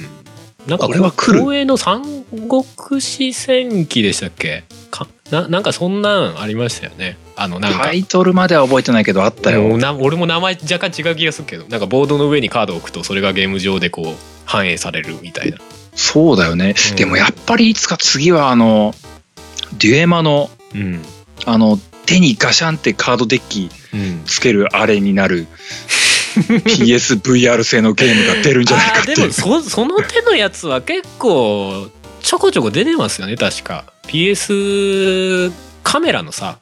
S2: なんか
S1: これは来る
S2: 公営の三国志戦記でしたっけかななんかそんなんありましたよね。あのなんか。
S1: タイトルまでは覚えてないけどあった
S2: も
S1: よ
S2: うな俺も名前若干違う気がするけどなんかボードの上にカードを置くとそれがゲーム上でこう反映されるみたいな
S1: そうだよね、
S2: うん
S1: でもやっぱりいつか次はあのデュエマの
S2: うん、
S1: あの手にガシャンってカードデッキ
S2: うん、
S1: つけるあれになる PSVR 製のゲームが出るんじゃないか
S2: あ
S1: っ
S2: ー
S1: て
S2: で
S1: いう
S2: もそ その手のやつは結構ちょこちょこ出てますよね確か PS カメラのさ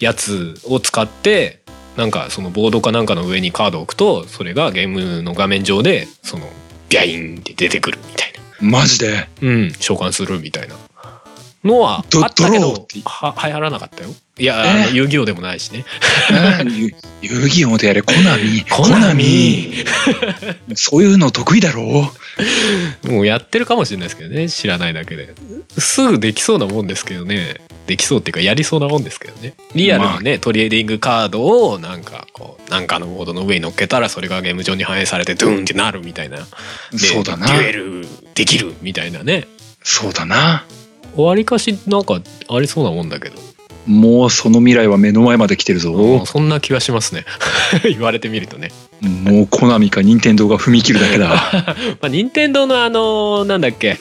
S2: やつを使ってなんかそのボードかなんかの上にカードを置くとそれがゲームの画面上でそのビャインって出てくるみたいな
S1: マジで
S2: うん、召喚するみたいなのは
S1: ド
S2: あったけ
S1: ドローっ
S2: ど
S1: て
S2: は流行らなかったよいや、
S1: え
S2: あの遊戯王でもないしね
S1: うん遊遊戯王でやれコナミ
S2: コナミ
S1: そういうの得意だろ
S2: もうやってるかもしれないですけどね知らないだけですぐできそうなもんですけどねできそうっていうかやりそうなもんですけどねリアルのね、トレーディングカードをなんかこうなんかのボードの上に乗っけたらそれがゲーム上に反映されてドゥンってなるみたいな
S1: う
S2: で
S1: そうだな
S2: デュエルできるみたいなね
S1: そうだな
S2: わりかしなんかありそうなもんだけど
S1: もうその未来は目の前まで来てる
S2: も
S1: ぞ
S2: うそんな気はしますね言われてみるとね
S1: もうコナミか任天堂が踏み切るだけ だ
S2: まあ任天堂のあのなんだっけ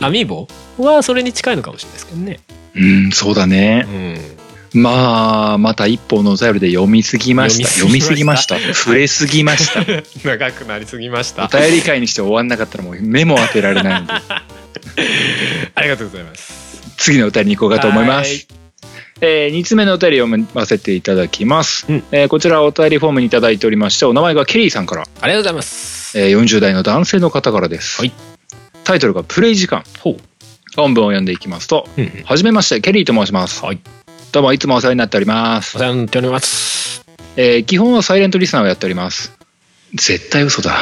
S2: アミーボはそれに近いのかもしれないですけどね
S1: うんそうだね
S2: うん
S1: まあまた一本のお便りで読みすぎました
S2: 読
S1: 読
S2: み
S1: み
S2: す
S1: す
S2: ぎ
S1: ぎ
S2: ま
S1: ま
S2: し
S1: した触れすぎました
S2: 長くなりすぎました
S1: お便り会にして終わんなかったらもう目も当てられないんで
S2: ありがとうございます
S1: 次の歌に行こうかと思います。え2つ目のお便り読ませていただきます、
S2: うん
S1: えーこちらお便りフォームにいただいておりましてお名前がケリーさんから、
S2: ありがとうございます
S1: えー40代の男性の方からです、
S2: はい
S1: タイトルが「プレイ時間
S2: ほう」
S1: 本文を読んでいきますと
S2: うんうん
S1: 「はじめましてケリーと申します」
S2: はい
S1: どうもいつもお世話になっております
S2: お、世話になっております
S1: えー基本はサイレントリスナーをやっております絶対嘘だ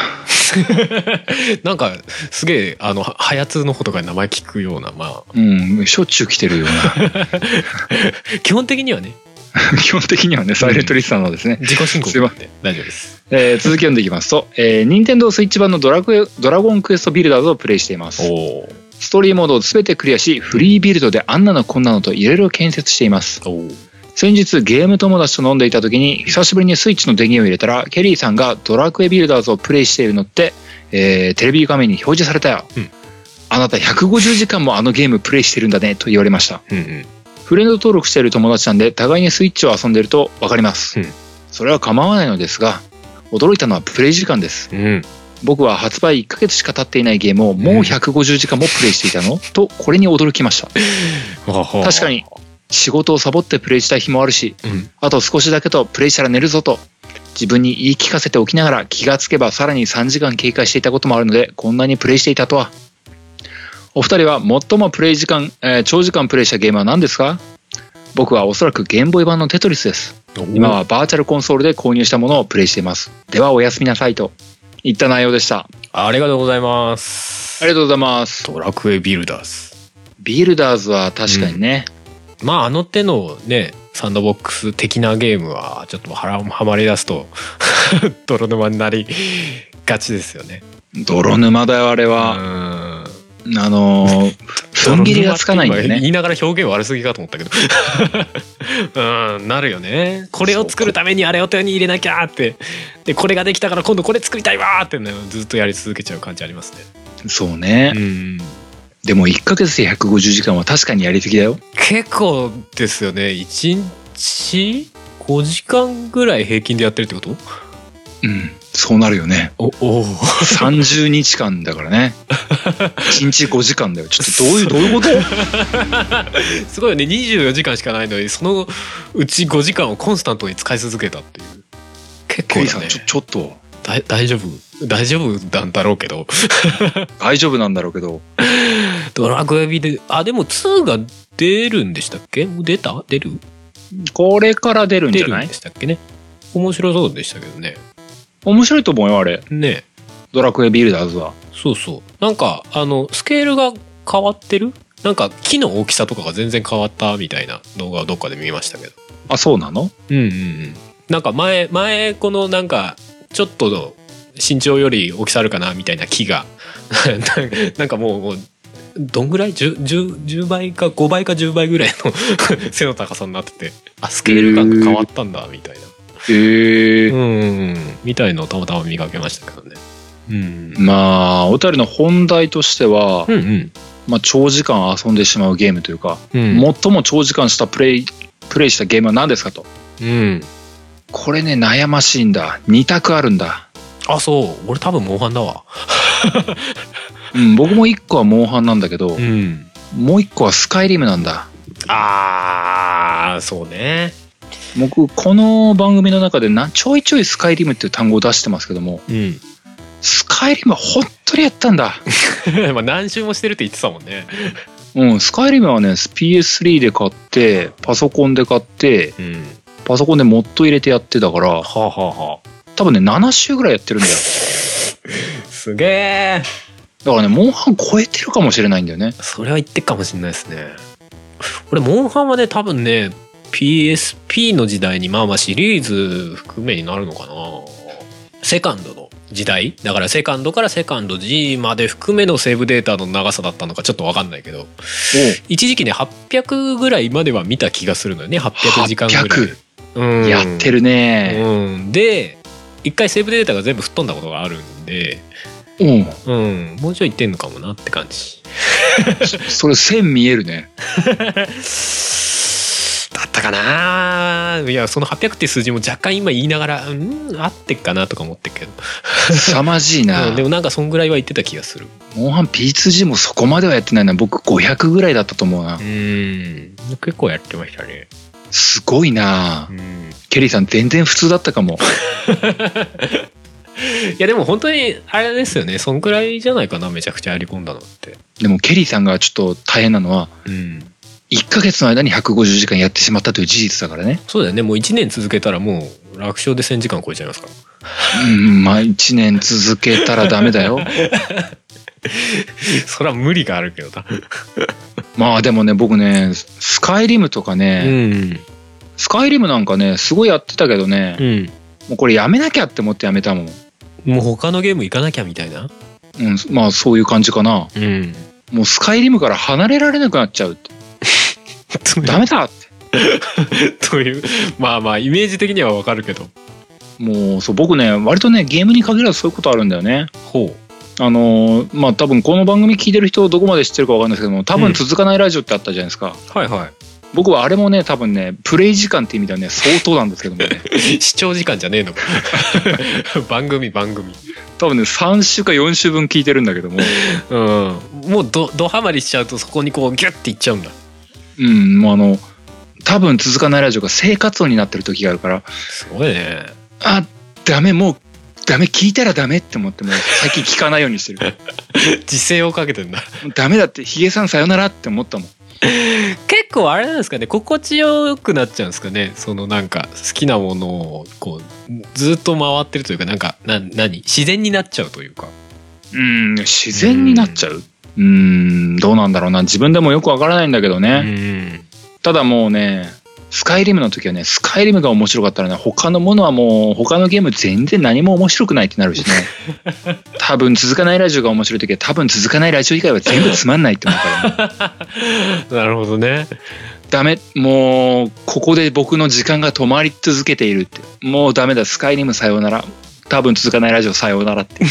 S2: なんかすげえあのははやつの方とかに名前聞くようなま
S1: うんしょっちゅう来てるよう
S2: あ基本的にはね
S1: な基本的にはねサイレントリスナーのですね、
S2: 自己申告
S1: すいま
S2: なんで大丈夫です
S1: えー続き読んでいきますと、えー、任天堂スイッチ版のドラクエ「ドラゴンクエストビルダーズ」をプレイしています
S2: お
S1: ストーリーモードを全てクリアし、フリービルドであんなのこんなのといろいろ建設しています。
S2: おお
S1: 先日ゲーム友達と飲んでいた時に、久しぶりにスイッチの電源を入れたら、ケリーさんがドラクエビルダーズをプレイしているのって、えーテレビ画面に表示されたよ。
S2: うん
S1: あなた150時間もあのゲームプレイしてるんだねと言われました。
S2: うんうん
S1: フレンド登録している友達なんで、互いにスイッチを遊んでいるとわかります。
S2: うん
S1: それは構わないのですが、驚いたのはプレイ時間です。
S2: うん
S1: 僕は発売1ヶ月しか経っていないゲームをもう150時間もプレイしていたの、とこれに驚きました
S2: 確
S1: 確かに仕事をサボってプレイした日もあるし
S2: うん
S1: あと少しだけとプレイしたら寝るぞと自分に言い聞かせておきながら気がつけばさらに3時間経過していたこともあるのでこんなにプレイしていたとはお二人は最もプレイ時間、えー長時間プレイしたゲームは何ですか僕はおそらくゲームボーイ版のテトリスです今はバーチャルコンソールで購入したものをプレイしていますではおやすみなさいといった内容でした
S2: ありがとうございます
S1: ありがとうございます
S2: ドラクエビルダーズ
S1: ビルダーズは確かにね、
S2: まああの手のねサンドボックス的なゲームはちょっと腹はまり出すと 泥沼になりがちですよね
S1: 泥沼だよあれは、
S2: あ
S1: あの ーふんぎりがつかないんだよ
S2: 言
S1: ね
S2: いながら表現悪すぎかと思ったけど うんなるよねこれを作るためにあれを手に入れなきゃってでこれができたから今度これ作りたいわーってねずっとやり続けちゃう感じありますね
S1: そうね、
S2: うん
S1: でも1ヶ月で150時間は確かにやりすぎだよ
S2: 結構ですよね1日5時間ぐらい平均でやってるってこと
S1: うんそうなるよ ね
S2: おお
S1: 30日間だから ね1日5時間だよちょっとどういうどういうこと
S2: すごいよね24時間しかないのにそのうち5時間をコンスタントに使い続けたっていう結
S1: ケ
S2: 構
S1: イさ
S2: だ
S1: ん
S2: ね
S1: ちょちょっと
S2: だ大丈夫大丈夫なんだろうけど
S1: 大丈夫なんだろうけど
S2: ドラクエビであでも2が出るんでしたっけもう出た出る
S1: これから出るん
S2: 出
S1: じゃ
S2: る
S1: なんい
S2: でしたっけね面白そうでしたけどね
S1: 面白いと思うよあれ
S2: ねえ
S1: ドラクエビルダーズは
S2: そうそう。なんか、あの、スケールが変わってるなんか、木の大きさとかが全然変わったみたいな動画をどっかで見ましたけど。
S1: あそうなの
S2: うんうんうん。なんか前、前、このなんか、ちょっとの身長より大きさあるかなみたいな木が、 なんかなんかもう、もうどんぐらい 10, 10, 10倍か5倍か10倍ぐらいの背の 高さになってて、あ、スケール感が変わったんだ、みたいな。
S1: へえ
S2: うんうんうん。みたいのをたまたま見かけましたけどね。うん。
S1: まあお便りの本題としては、
S2: うんうん。
S1: まあ、長時間遊んでしまうゲームというか、
S2: うん、
S1: 最も長時間したプレイプレイしたゲームは何ですかと
S2: うん。
S1: これね悩ましいんだ2択あるんだ、
S2: あそう俺多分モンハンだわ
S1: うん、僕も1個はモンハンなんだけど、
S2: ん
S1: もう1個はスカイリムなんだ
S2: あーそうね
S1: 僕この番組の中でなちょいちょいスカイリムっていう単語を出してますけども
S2: うん
S1: スカイリムは本当にやったんだ
S2: まあ何周もしてるって言ってたもんね
S1: うんスカイリムはね PS3 で買ってパソコンで買って
S2: うん
S1: パソコンでモッド入れてやってたから
S2: はあ、はあは
S1: 多分ね7週ぐらいやってるんだよ
S2: あ、すげえ
S1: だからねモンハン超えてるかもしれないんだよね
S2: それは言ってっかもしんないですね俺モンハンはね多分ね PSP の時代にまあまあシリーズ含めになるのかなセカンドの時代だからセカンドからセカンド G まで含めのセーブデータの長さだったのかちょっと分かんないけど一時期ね800ぐらいまでは見た気がするのよね800時間ぐらい
S1: 800やってるね、
S2: うん、で一回セーブデータが全部吹っ飛んだことがあるんで、
S1: うん。
S2: うん、もうちょいいってんのかもなって感じ。
S1: それ線見えるね。
S2: だったかないやその800って数字も若干今言いながらうん合ってっかなとか思ってっけど、
S1: 凄まじいな。
S2: うんでもなんかそんぐらいは言ってた気がする
S1: モンハン P2G もそこまではやってないな。僕500ぐらいだったと思うな
S2: う。ん結構やってましたね
S1: すごいな
S2: う。ん
S1: ケリーさん全然普通だったかも。
S2: いやでも本当にあれですよねそんくらいじゃないかなめちゃくちゃやり込んだのって
S1: でもケリーさんがちょっと大変なのは、
S2: うん
S1: 1ヶ月の間に150時間やってしまったという事実だからね。
S2: そうだよねもう1年続けたらもう楽勝で1000時間超えちゃいますから
S1: う ん、まあ1年続けたらダメだ よ。
S2: それは無理があるけどな
S1: まあでもね、僕ね、スカイリムとか
S2: う
S1: ね、
S2: ん
S1: スカイリムなんかね、すごいやってたけどね、
S2: うん
S1: もうこれやめなきゃって思ってやめたもん。
S2: もう他のゲーム行かなきゃみたいな
S1: うん、まあそういう感じかな。
S2: うん
S1: もうスカイリムから離れられなくなっちゃうって。ダメだって。
S2: というまあまあイメージ的にはわかるけど
S1: もうそう僕ね割とねゲームに限らずそういうことあるんだよね
S2: ほ
S1: あのーまあ多分この番組聞いてる人どこまで知ってるかわかんないですけども多分続かないラジオってあったじゃないですか、
S2: うはいは
S1: 僕はあれもね多分ねプレイ時間って意味ではね相当なんですけどもね
S2: い 視聴時間じゃね えのか番組番組
S1: 多分ね3週か4週分聞いてるんだけども
S2: うんもうどどハマりしちゃうとそこにこうギュッていっちゃうんだ
S1: うんもうあの多分続かないラジオが生活音になってる時があるから
S2: すごいね
S1: あダメもうダメ聞いたらダメって思ってもう最近聞かないようにしてる
S2: 自制をかけてんだ
S1: もうダメだってヒゲさんさよならって思ったもん
S2: 結構あれなんですかね心地よくなっちゃうんですかねそのなんか好きなものをこうずっと回ってるというかなんかな何自然になっちゃうというか
S1: うん自然になっちゃううんどうなんだろうな自分でもよくわからないんだけど
S2: う
S1: ね、
S2: ん
S1: ただもうねスカイリムの時はねスカイリムが面白かったらね他のものはもう他のゲーム全然何も面白くないってなるしね多分続かないラジオが面白い時は多分続かないラジオ以外は全部つまんないって思うから、ね、
S2: なるほどね
S1: ダメもうここで僕の時間が止まり続けているってもうダメだスカイリムさようなら多分続かないラジオさようならって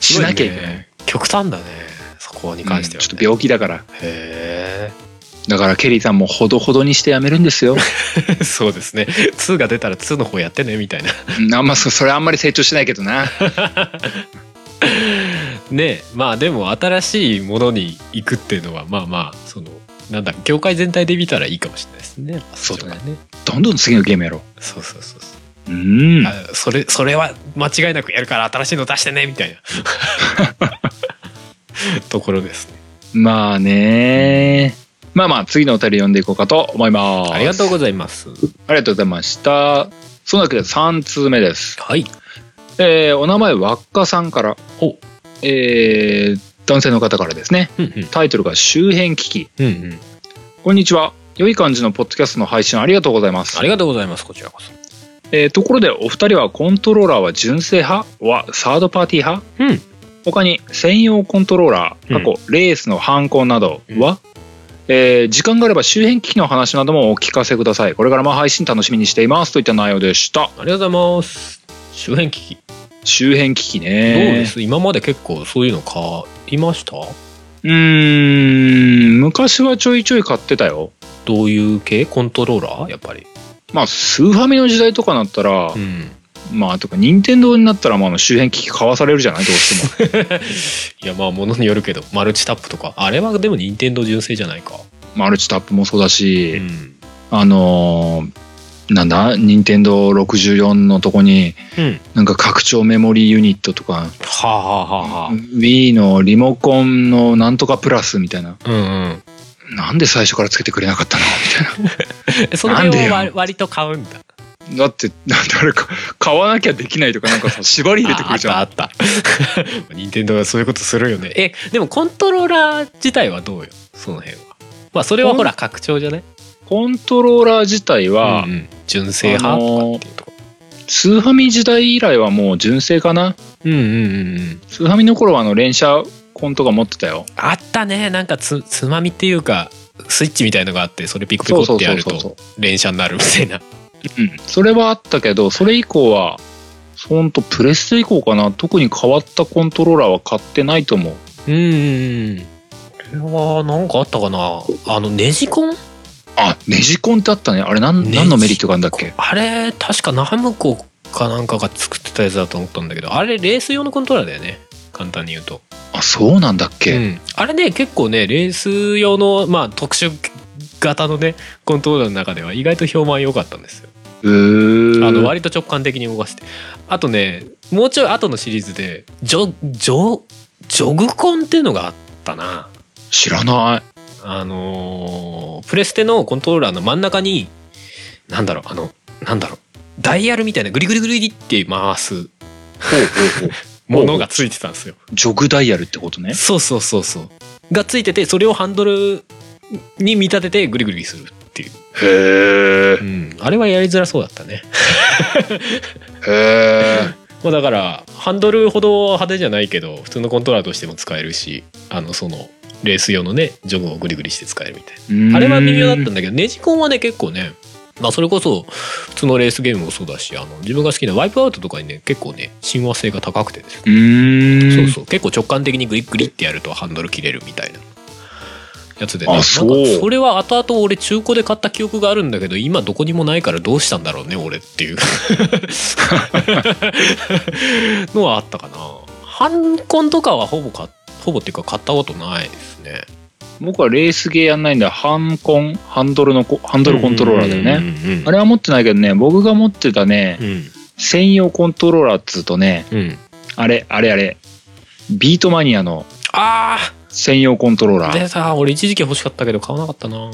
S1: しなきゃいけない、
S2: すごね極端だねそこに関し
S1: う
S2: て
S1: ん
S2: は、
S1: ちょっと
S2: ょっ
S1: 病気だから
S2: とへ
S1: だからケリーさんもほどほどにしてやめるん ですよ。
S2: えそうですね2が 出たら2の方やってねみたいな
S1: うんあんまそそれあんまり成長してないけどな。
S2: ねまあでも新しいものに行くっていうのはまあまあそのなんだ業界全体で見たらいいかもしれないですね
S1: そうだね
S2: っちの方が
S1: どんどん次のゲームやろ
S2: そうそうそうそう
S1: う。うん。
S2: あそれそれは間違いなくやるから新しいの出してねみたいな ところですね
S1: まあね。まあまあ次のお便り読んでいこうかと思います。
S2: ありがとう
S1: あ
S2: ございます
S1: りがとうございました。そのわけで3通目です。
S2: はい
S1: えー、お名前輪っかさんから。
S2: お
S1: えー、男性の方からですね。
S2: うんうん
S1: タイトルが周辺機器。
S2: うんうん
S1: こんにちは。良い感じのポッドキャストの配信ありがとうございます
S2: あ。りがとうございますこちらこそ
S1: えーところでお二人はコントローラーは純正派はサードパーティー派、
S2: うん
S1: 他に専用コントローラー
S2: う
S1: 過
S2: ん
S1: 去、レースのハンコなどは、えー時間があれば周辺機器の話などもお聞かせくださいこれからも配信楽しみにしていますといった内容でした
S2: ありがとうございます周辺機器ど
S1: 周辺機器
S2: う
S1: ね
S2: です今まで結構そういうの買いました
S1: うーん昔はちょいちょい買ってたよ
S2: どういう系コントローラーやっぱり
S1: まあスーファミの時代とかになったら、
S2: ん
S1: まあとか任天堂になったらまああの周辺機器買わされるじゃないどうしても
S2: いやまあものによるけどマルチタップとかあれはでも任天堂純正じゃないか
S1: マルチタップもそうだし、
S2: ん、
S1: あのーなんだ任天堂64のとこに
S2: うん、
S1: なんか拡張メモリーユニットとか
S2: はあはあはあは
S1: Wii のリモコンのなんとかプラスみたいな
S2: あうんうん
S1: なんで最初からつけてくれなかったのみ
S2: えその辺
S1: なん
S2: を
S1: で
S2: 割
S1: よ
S2: 割と買うんだ
S1: たいなだって誰か買わなきゃできないとかなんかさ縛り入れてくるじゃ
S2: ああ
S1: ん
S2: ったあった 任天堂がそういうことするよねえでもコントローラー自体はどうよその辺はまあそれはほら拡張じゃね
S1: コントローラー自体は、
S2: うんうん純正派とかっていうとこ
S1: スーファミ時代以来はもう純正かな
S2: うんうんうんうん
S1: スーファミの頃はあの連射コンとか持ってたよ
S2: あったねなんかつつまみっていうかスイッチみたいのがあってそれピクピクってやると連射になるみたいな
S1: うん、それはあったけど、それ以降は、ほんとプレステ以降かな、特に変わったコントローラーは買ってないと思う。
S2: うんうんうんこれはなんかあったかなあのネジコン
S1: あ、ネジコンってあったね。あれなん、
S2: ネジコン
S1: 何のメリットがあるんだっけ
S2: あれ確かナムコかなんかが作ってたやつだと思ったんだけどあれレース用のコントローラーだよね簡単に言うと、
S1: あ、そうなんだっ
S2: う
S1: け、
S2: ん、あれね結構ねレース用の、まあ、特殊型のねコントローラーの中では意外と評判良かったんですよ
S1: うーん、
S2: あの割と直感的に動かしてあとねもうちょい後のシリーズでジョジョジョグコンっていうのがあったな
S1: 知らない。
S2: あのープレステのコントローラーの真ん中になんだろうあのなんだろうダイヤルみたいなグリグリグリって回
S1: ほ
S2: す
S1: うほうほ
S2: ものがついてたんですよ
S1: う。ジョグダイヤルってことね。
S2: そうそうそうそうがついててそれをハンドルに見立ててグリグリするっていう、
S1: へえ
S2: う。ん、あれはやりづらそうだったね
S1: へえ。
S2: まあ、だからハンドルほど派手じゃないけど普通のコントローラーとしても使えるしあのそのレース用のねジョグをグリグリして使えるみたいなあれは微妙だったんだけどネジコンはね結構ね、まあ、それこそ普通のレースゲームもそうだしあの自分が好きなワイプアウトとかにね結構ね親和性が高くてですね、
S1: うーん。
S2: そうそう結構直感的にグリグリってやるとハンドル切れるみたいなやつで
S1: あ
S2: ねなんか
S1: そう
S2: それは後々俺中古で買った記憶があるんだけど今どこにもないからどうしたんだろうね俺っていうのはあったかなハンコンとかはほぼかほぼっていうか買ったことないですね
S1: 僕はレースゲーやんないんだ。ハンコン、ハンドルのこ、ハンドルコントローラーだよね。
S2: うんうんうん
S1: あれは持ってないけどね、僕が持ってたね、専用コントローラーっつうとね、
S2: うんうん
S1: あれ、あれあれ、ビートマニアの
S2: あ
S1: 専用コントローラ
S2: あ
S1: ー。
S2: でさ俺一時期欲しかったけど買わなかったな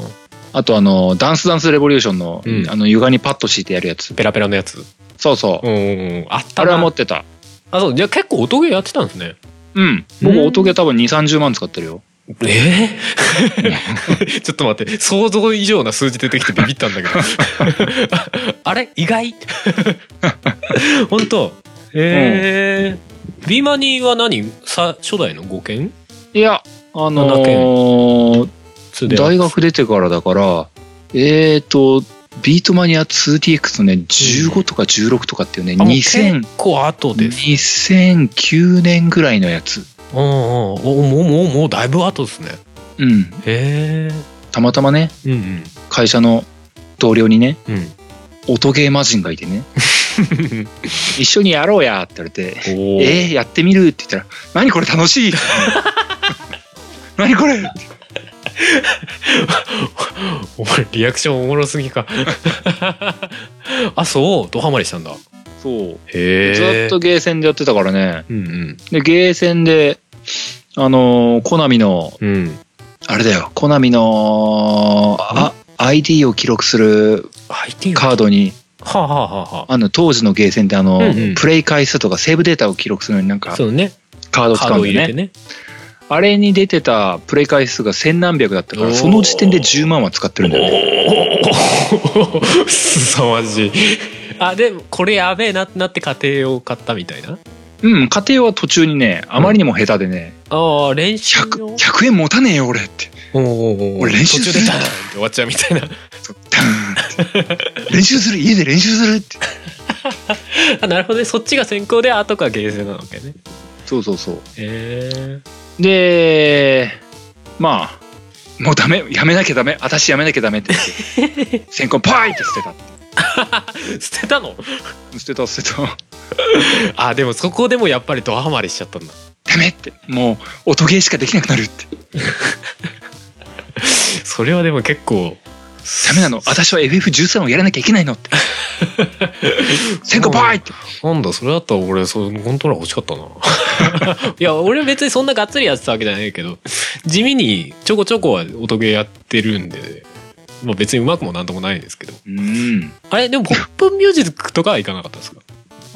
S1: あとあの、ダンスダンスレボリューションの、
S2: うん
S1: あの、床にパッと敷いてやるやつ。
S2: ペラペラのやつ
S1: そうそう。
S2: うんうんうんあった
S1: あれは持
S2: な
S1: ってた。
S2: あそうじゃあ結構音ゲーやってたんですね
S1: うん。
S2: う
S1: 僕、
S2: ん
S1: 音ゲー多分2、30万使ってるよ。
S2: えー ちょっと待って想像以上な数字出てきてビビったんだけど あれ意外本当えービーマニーは何さ初代の5件
S1: いや、あの
S2: 7
S1: ー、
S2: 2で
S1: 大学出てからだから、えーと、ビートマニア 2DX のね、15とか16とかっていうね、
S2: あもう
S1: 2000
S2: 結構後です
S1: 2009年ぐらいのやつ。
S2: うんうんおもうもうもうだいぶ後ですね
S1: うん。
S2: へえ
S1: たまたまね、
S2: うんうん
S1: 会社の同僚にね、
S2: うん
S1: 音ゲー魔人がいて ね、一緒にやろうやって言われて、
S2: おー
S1: えー、やってみるって言ったら「何これ楽しい! 」何これ
S2: お前リアクションおもろすぎかあそうドハマりしたんだ
S1: そう、ず
S2: へえ
S1: っとゲーセンでやってたからね
S2: うんうん
S1: でゲーセンであのーコナミの
S2: うん
S1: あれだよコナミのあ ID を記録する
S2: IT
S1: カードに
S2: はあ、はあはあは
S1: あの当時のゲーセンってあの、
S2: うんうん
S1: プレイ回数とかセーブデータを記録するのになん
S2: あ、
S1: か
S2: そうね
S1: カード
S2: カ
S1: 使
S2: ー
S1: うん
S2: ドを
S1: だ
S2: 入
S1: よ
S2: れて
S1: ね
S2: ね
S1: あれに出てたプレイ回数が千何百だったからその時点で10万は使ってるんだよね
S2: おおすさまじいあでこれやべえなってなって家庭用買ったみたいな
S1: うん家庭は途中にねあまりにも下手でね、
S2: ああ練習用
S1: 100, 100円持たねえよ俺って
S2: おおおお
S1: 俺練習
S2: 途
S1: する
S2: 中でダーンって終わっちゃうみたいな
S1: そうダーンって練習する家で練習するって
S2: あなるほどねそっちが先行で後がゲーセンなわけね
S1: そうそうそう
S2: へえ
S1: でまあもうダメやめなきゃダメ私やめなきゃダメって言って先行パーイって捨てた
S2: 捨てたの
S1: 捨てた捨てた
S2: あでもそこでもやっぱりドハマりしちゃったんだ
S1: ダメってもう音ゲーしかできなくなるって
S2: それはでも結構
S1: ダメなの私は FF13 をやらなきゃいけないのって先行パーイって
S2: なんだそれだったら俺そのコントローラー欲しかったな いや俺別にそんながっつりやってたわけじゃないけど地味にちょこちょこは音ゲーやってるんで、まあ、別にうまくもなんともないんですけど
S1: うん
S2: あれでもポップミュージックとかはいかなかったですか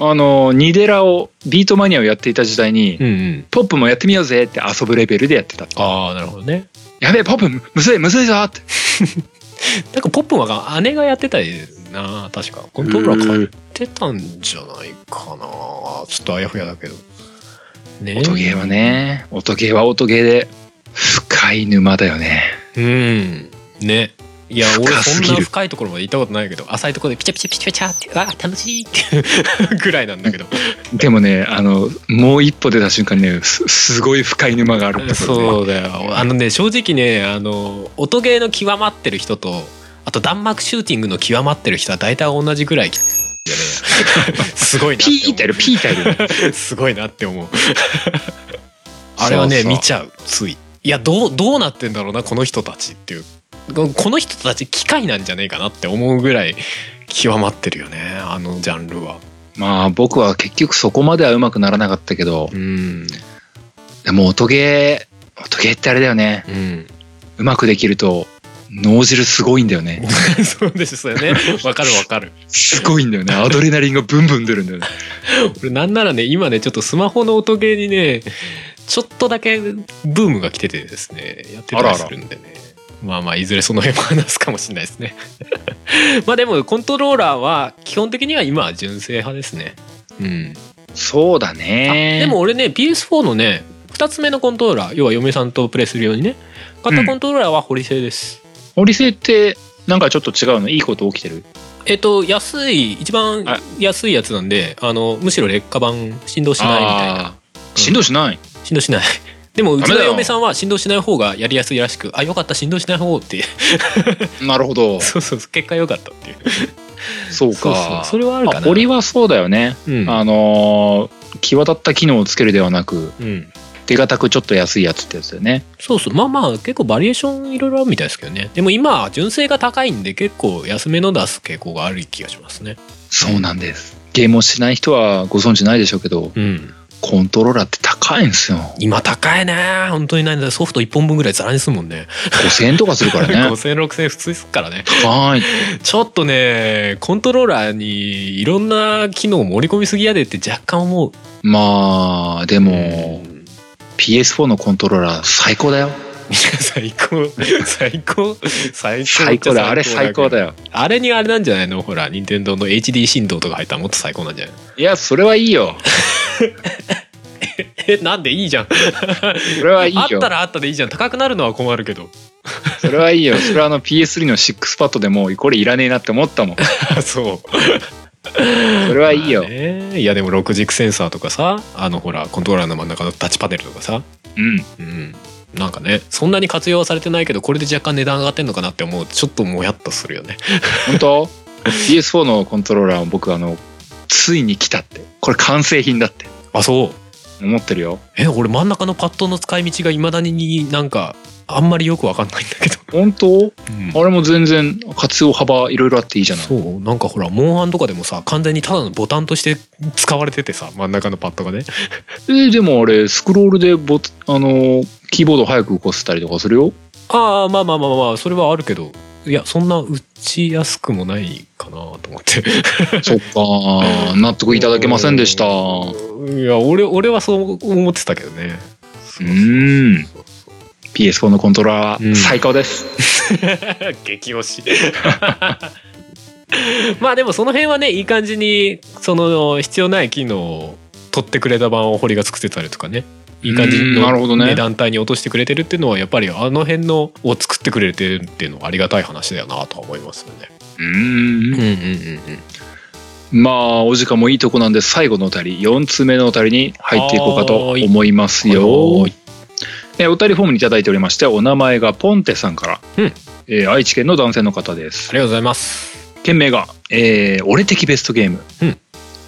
S1: あのニデラをビートマニアをやっていた時代に、
S2: うんうん
S1: ポップもやってみようぜって遊ぶレベルでやってた
S2: ああなるほどね
S1: やべえポップむむずいむずいぞって
S2: なんかポップは姉がやってたりな確かコントローラー買ってたんじゃないかなちょっとあやふやだけどね
S1: 音ゲーはね音ゲーは音ゲーで深い沼だよね
S2: うんねいや俺
S1: 深すぎ
S2: そ
S1: る
S2: んな深いところまで行ったことないけど浅いところでピチャピチャピチャピチャってわあ楽しいってぐらいなん だけど
S1: でもね、あの、もう一歩出た瞬間にね、すすごい深い沼があるってことね
S2: そうだよあのね正直ねあの音ゲーの極まってる人とあと弾幕シューティングの極まってる人は大体同じぐらいじゃ ねえやすごいなって思う
S1: ピーってやる、ピーってやる。
S2: すごいなって思う あれはね
S1: そうそう
S2: 見ちゃうついいやどうどうなってんだろうなこの人たちっていうここの人たち機械なんじゃねえかなって思うぐらい極まってるよねあのジャンルは
S1: まあ僕は結局そこまではうまくならなかったけど、
S2: うん
S1: でも音ゲー、音ゲーってあれだよね。
S2: うん
S1: うまくできると、脳汁すごいんだよね。
S2: そうですよねわかるわかる
S1: すごいんだよ ね。アドレナリンがブンブン出るんだよね。
S2: 俺なんならね今ねちょっとスマホの音ゲーにねちょっとだけブームが来ててですねやってた
S1: あらあ
S2: り
S1: ら
S2: するんでねまあまあいずれその辺も話すかもしれないですね まあでもコントローラーは基本的には今は純正派ですねうん、
S1: そうだね。
S2: あでも、俺ね PS4 のね2つ目のコントローラー要は嫁さんとプレイするようにね買ったコントローラーは堀製です、
S1: 折り製って、なんかちょっと違うのいいこと起きてる
S2: えっと安い一番
S1: あ
S2: 安いやつなんであのむしろ劣化版振動しないみたいな
S1: あー振動しない。
S2: 振動しない でもう
S1: ダ
S2: ち
S1: メ
S2: の
S1: だよ
S2: 嫁さんは振動しない方がやりやすいらしくあよかった振動しない方って
S1: なるほ ど。
S2: そうそうそう結果よかったっていう
S1: そう
S2: そうそ
S1: か。
S2: うそれはあるか
S1: あ
S2: な
S1: 折りはそうだよね。
S2: うん
S1: あのー際立った機能をつけるではなく、
S2: うん、
S1: 手堅くちょっと安いやつってやつだよね。
S2: そうそうまあまあ結構バリエーションいろいろあるみたいですけどねでも今は純正が高いんで結構安めの出す傾向がある気がしますね
S1: そうなんです。ゲームをしない人はご存知ないでしょうけど、
S2: うん
S1: コントローラーって高いんですよ。
S2: 今高いね本当にないんだソフト1本分ぐらいざらにするもんね
S1: 5000円とかする からね。
S2: 50006000普通にすっからね
S1: 高い。
S2: ちょっとねコントローラーにいろんな機能を盛り込みすぎやでって若干思う
S1: まあ、でも、
S2: ん
S1: PS4 のコントローラー最高だよ。
S2: 最高最高最高
S1: 最高だよ。あれ最高だ
S2: よ
S1: よ。
S2: あれにあれなんじゃないのほら任天堂の HD 振動とか入ったらもっと最高なんじゃない
S1: いや、それはいいよ。
S2: えなんでいいじゃん
S1: それはいい
S2: あっ
S1: よ
S2: た。らあったでいいじゃん高くなるのは困るけど
S1: それはいいよ。それはあの PS3 の6パッドでもうこれいらねえなって思ったもん。 そ
S2: そう
S1: れはいいよ
S2: まあ。ねいやでも6軸センサーとかさあのほらコントローラーの真ん中のタッチパネルとかさ
S1: うん。
S2: うんなんかねそんなに活用はされてないけどこれで若干値段上がってんのかなって思うとちょっともやっとするよね
S1: 本当 ?PS4 のコントローラーを僕あの、ついに来たって。これ完成品だって
S2: あそう
S1: 思ってるよ。
S2: え俺真ん中のパッドの使い道がいまだになんかあんまりよくわかんないんだけど
S1: 本当
S2: うん
S1: あれも全然活用幅いろいろあっていいじゃない。
S2: そうなんかほらモンハンとかでもさ完全にただのボタンとして使われててさ真ん中のパッドがね
S1: えーでもあれ、スクロールでボツあのー、キーボード早く動かせたりとかするよ。
S2: ああまあまあまあまあそれはあるけどいやそんな打ちやすくもないかなと思って
S1: そっか、納得いただけませんでした。う
S2: いや俺俺はそう思ってたけどね
S1: ーん。PS4 のコントローラ
S2: うん
S1: ー、最高です。
S2: 激推し まあでもその辺はねいい感じにその必要ない機能を取ってくれた版を堀が作ってたりとかねいい感じ
S1: うんなるほ
S2: の
S1: どね
S2: 値段帯に落としてくれてるっていうのはやっぱりあの辺のを作ってくれてるっていうのはありがたい話だよなとは思いますよね。
S1: うーん
S2: うんうんうんうん。
S1: まあ、お時間もいいとこなんで、最後のお便り、4通目のお便りに入っていこうかと思いますよ
S2: はーい。
S1: えーお便りフォームにいただいておりまして、お名前がポンテさんから、
S2: うん
S1: えー愛知県の男性の方です
S2: あ。りがとうございます。
S1: 件名が、えー俺的ベストゲーム。
S2: 前
S1: 半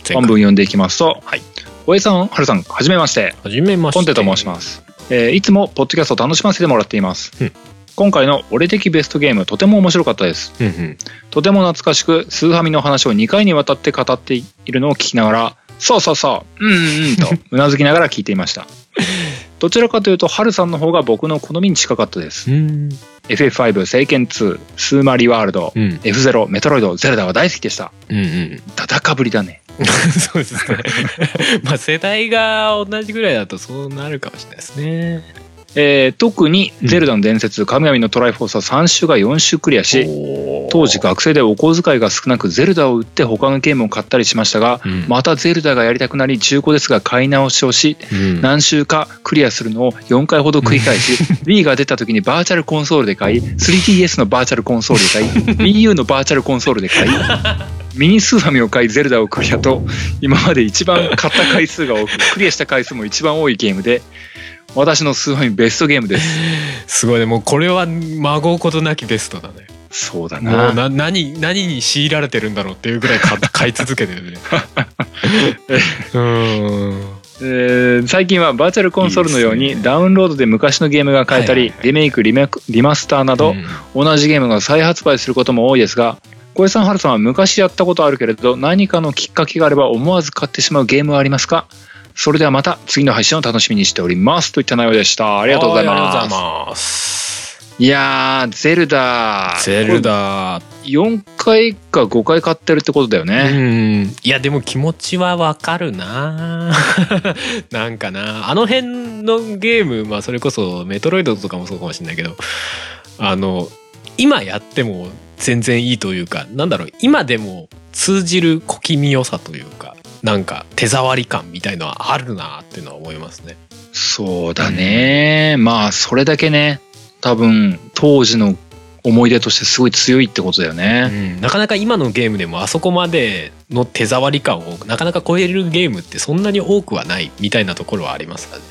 S2: 回
S1: 分読んでいきますと、
S2: はい、
S1: おえさん、はるさん、はじめまして。
S2: はじめまして。
S1: ポンテと申します、えーいつもポッドキャストを楽しませてもらっています、
S2: うん
S1: 今回の「俺的ベストゲーム」とても面白かったです
S2: うんうん。
S1: とても懐かしくスーハミの話を2回にわたって語っているのを聞きながら「そうそうそううんうん うん」とうなずきながら聞いていましたどちらかというとハルさんの方が僕の好みに近かったです
S2: うん。
S1: FF5 聖剣2スーマリワールド
S2: うん
S1: F0 メトロイドゼルダは大好きでした
S2: うんうん。
S1: ダダかぶりだね
S2: そう ですね。まあ世代が同じぐらいだとそうなるかもしれないですね。
S1: えー特に「ゼルダの伝説」神々のトライフォース」は3週が4週クリアし当時学生でお小遣いが少なくゼルダを売って他のゲームを買ったりしましたが、
S2: うん
S1: またゼルダがやりたくなり中古ですが買い直しをし
S2: うん
S1: 何週かクリアするのを4回ほど繰り返し Wii が出た時にバーチャルコンソールで買い 3DS のバーチャルコンソールで買い WiiU のバーチャルコンソールで買いミニスーファミを買いゼルダをクリアと今まで一番買った回数が多くクリアした回数も一番多いゲームで私のスーファミベストゲームです
S2: すごいねもうこれは孫うことなきベストだね
S1: そうだ
S2: もう
S1: な
S2: な何何に強いられてるんだろうっていうぐらい買 買い続け てるねうん
S1: えー最近はバーチャルコンソールのよう
S2: いい
S1: に
S2: ですね
S1: ダウンロードで昔のゲームが買えた
S2: はい
S1: り
S2: はいはい
S1: リメイクリメクリマスターなど
S2: うん
S1: 同じゲームが再発売することも多いですが小江さん春さんは昔やったことあるけれど何かのきっかけがあれば思わず買ってしまうゲームはありますかそれではまた次の配信を楽しみにしておりますといった内容でしたありがとうございますい
S2: はいありがとうございます
S1: やーゼルダ
S2: ゼルダ
S1: 4回か5回買ってるってことだよ
S2: う
S1: ね、
S2: んいやでも気持ちはわかるな なんかなあの辺のゲームまあそれこそメトロイドとかもそうかもしれないけどあの今やっても全然いいというかなんだろう今でも通じる小気味良さというかなんか手触り感みたいのはあるなっていうのは思いますね。
S1: そうだねまあそれだけね多分当時の思い出としてすごい強いってことだよ
S2: う
S1: ね、
S2: ん、なかなか今のゲームでもあそこまでの手触り感をなかなか超えるゲームってそんなに多くはないみたいなところはありますかね。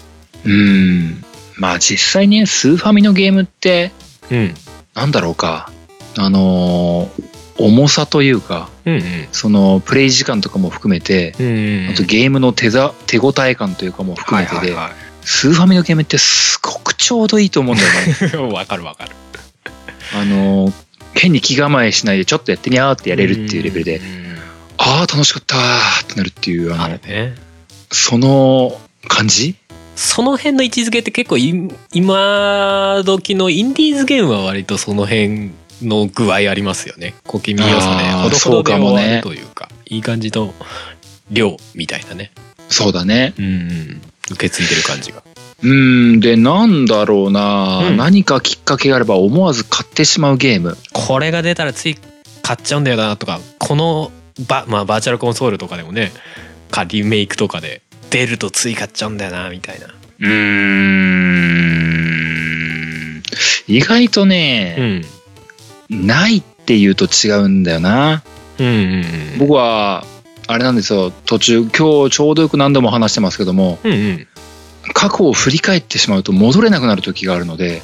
S1: うんまあ実際ねスーファミのゲームって
S2: うん、
S1: なんだろうか、あのー重さというか、
S2: うん、うん
S1: そのプレイ時間とかも含めて、
S2: うん
S1: あとゲームの手ざ手応え感というかも含めてで、スーファミのゲームってすごくちょうどいいと思うんだよね。
S2: わかるわかる。
S1: あのー変に気構えしないでちょっとやってみゃーってやれるっていうレベルで、
S2: ん。
S1: あー楽しかったーってなるっていう、あの、
S2: あるね。
S1: その感じ
S2: その辺の位置づけって結構い今時のインディーズゲームは割とその辺の具合ありますよね。小気味良さね。
S1: あー
S2: ほどほどで
S1: そうかもね
S2: 終わるというか、いい感じの量みたいなね。
S1: そうだね。
S2: うんうん。受け継いでる感じが。
S1: うん、で、なんだろうな、
S2: うん
S1: 何かきっかけがあれば思わず買ってしまうゲーム。
S2: これが出たらつい買っちゃうんだよなとか、このバ,、まあ、バーチャルコンソールとかでもね、かリメイクとかで出るとつい買っちゃうんだよなみたいな。
S1: うーん意外と
S2: う
S1: ね、
S2: ん。
S1: ないっていうと違うんだよな。
S2: うんうんうん。
S1: 僕は、あれなんですよ、途中、今日ちょうどよく何度も話してますけども、
S2: うんうん。
S1: 過去を振り返ってしまうと戻れなくなる時があるので、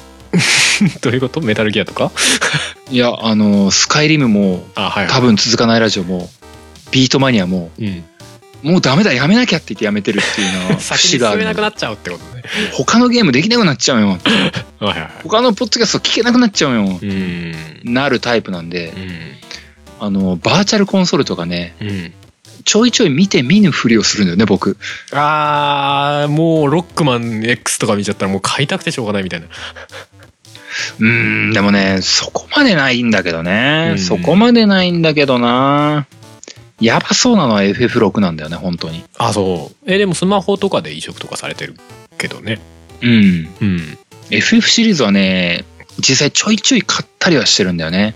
S2: どういうことメタルギアとか
S1: いや、あの、スカイリムも、
S2: あはい、
S1: 多分続かないラジオも、ビートマニアも、
S2: うん、
S1: もうダメだ、やめなきゃって言ってやめてるっていう のは、
S2: 先に
S1: 節
S2: 進
S1: があ
S2: め
S1: る
S2: な
S1: の
S2: く
S1: で
S2: なっちゃうってことね。
S1: 他のゲームできなくなっちゃうよ。
S2: はいはいは
S1: 他のポッドキャスト聞けなくなっちゃうよ。
S2: い。うん。
S1: なるタイプなんで、
S2: う
S1: あの、バーチャルコンソールとかね、
S2: ん。うん。
S1: ちょいちょい見て見ぬふりをするんだよね、僕。
S2: あー、もうロックマン X とか見ちゃったらもう買いたくてしょうがないみたいな。
S1: うーん、でもね、そこまでないんだけどね。
S2: うん
S1: そこまでないんだけどな。やばそうなのは FF6 なんだよね、本当に。
S2: あ、そう。え、でもスマホとかで移植とかされてるけどね。
S1: うん。
S2: うん。
S1: FF シリーズはね、実際ちょいちょい買ったりはしてるんだよね。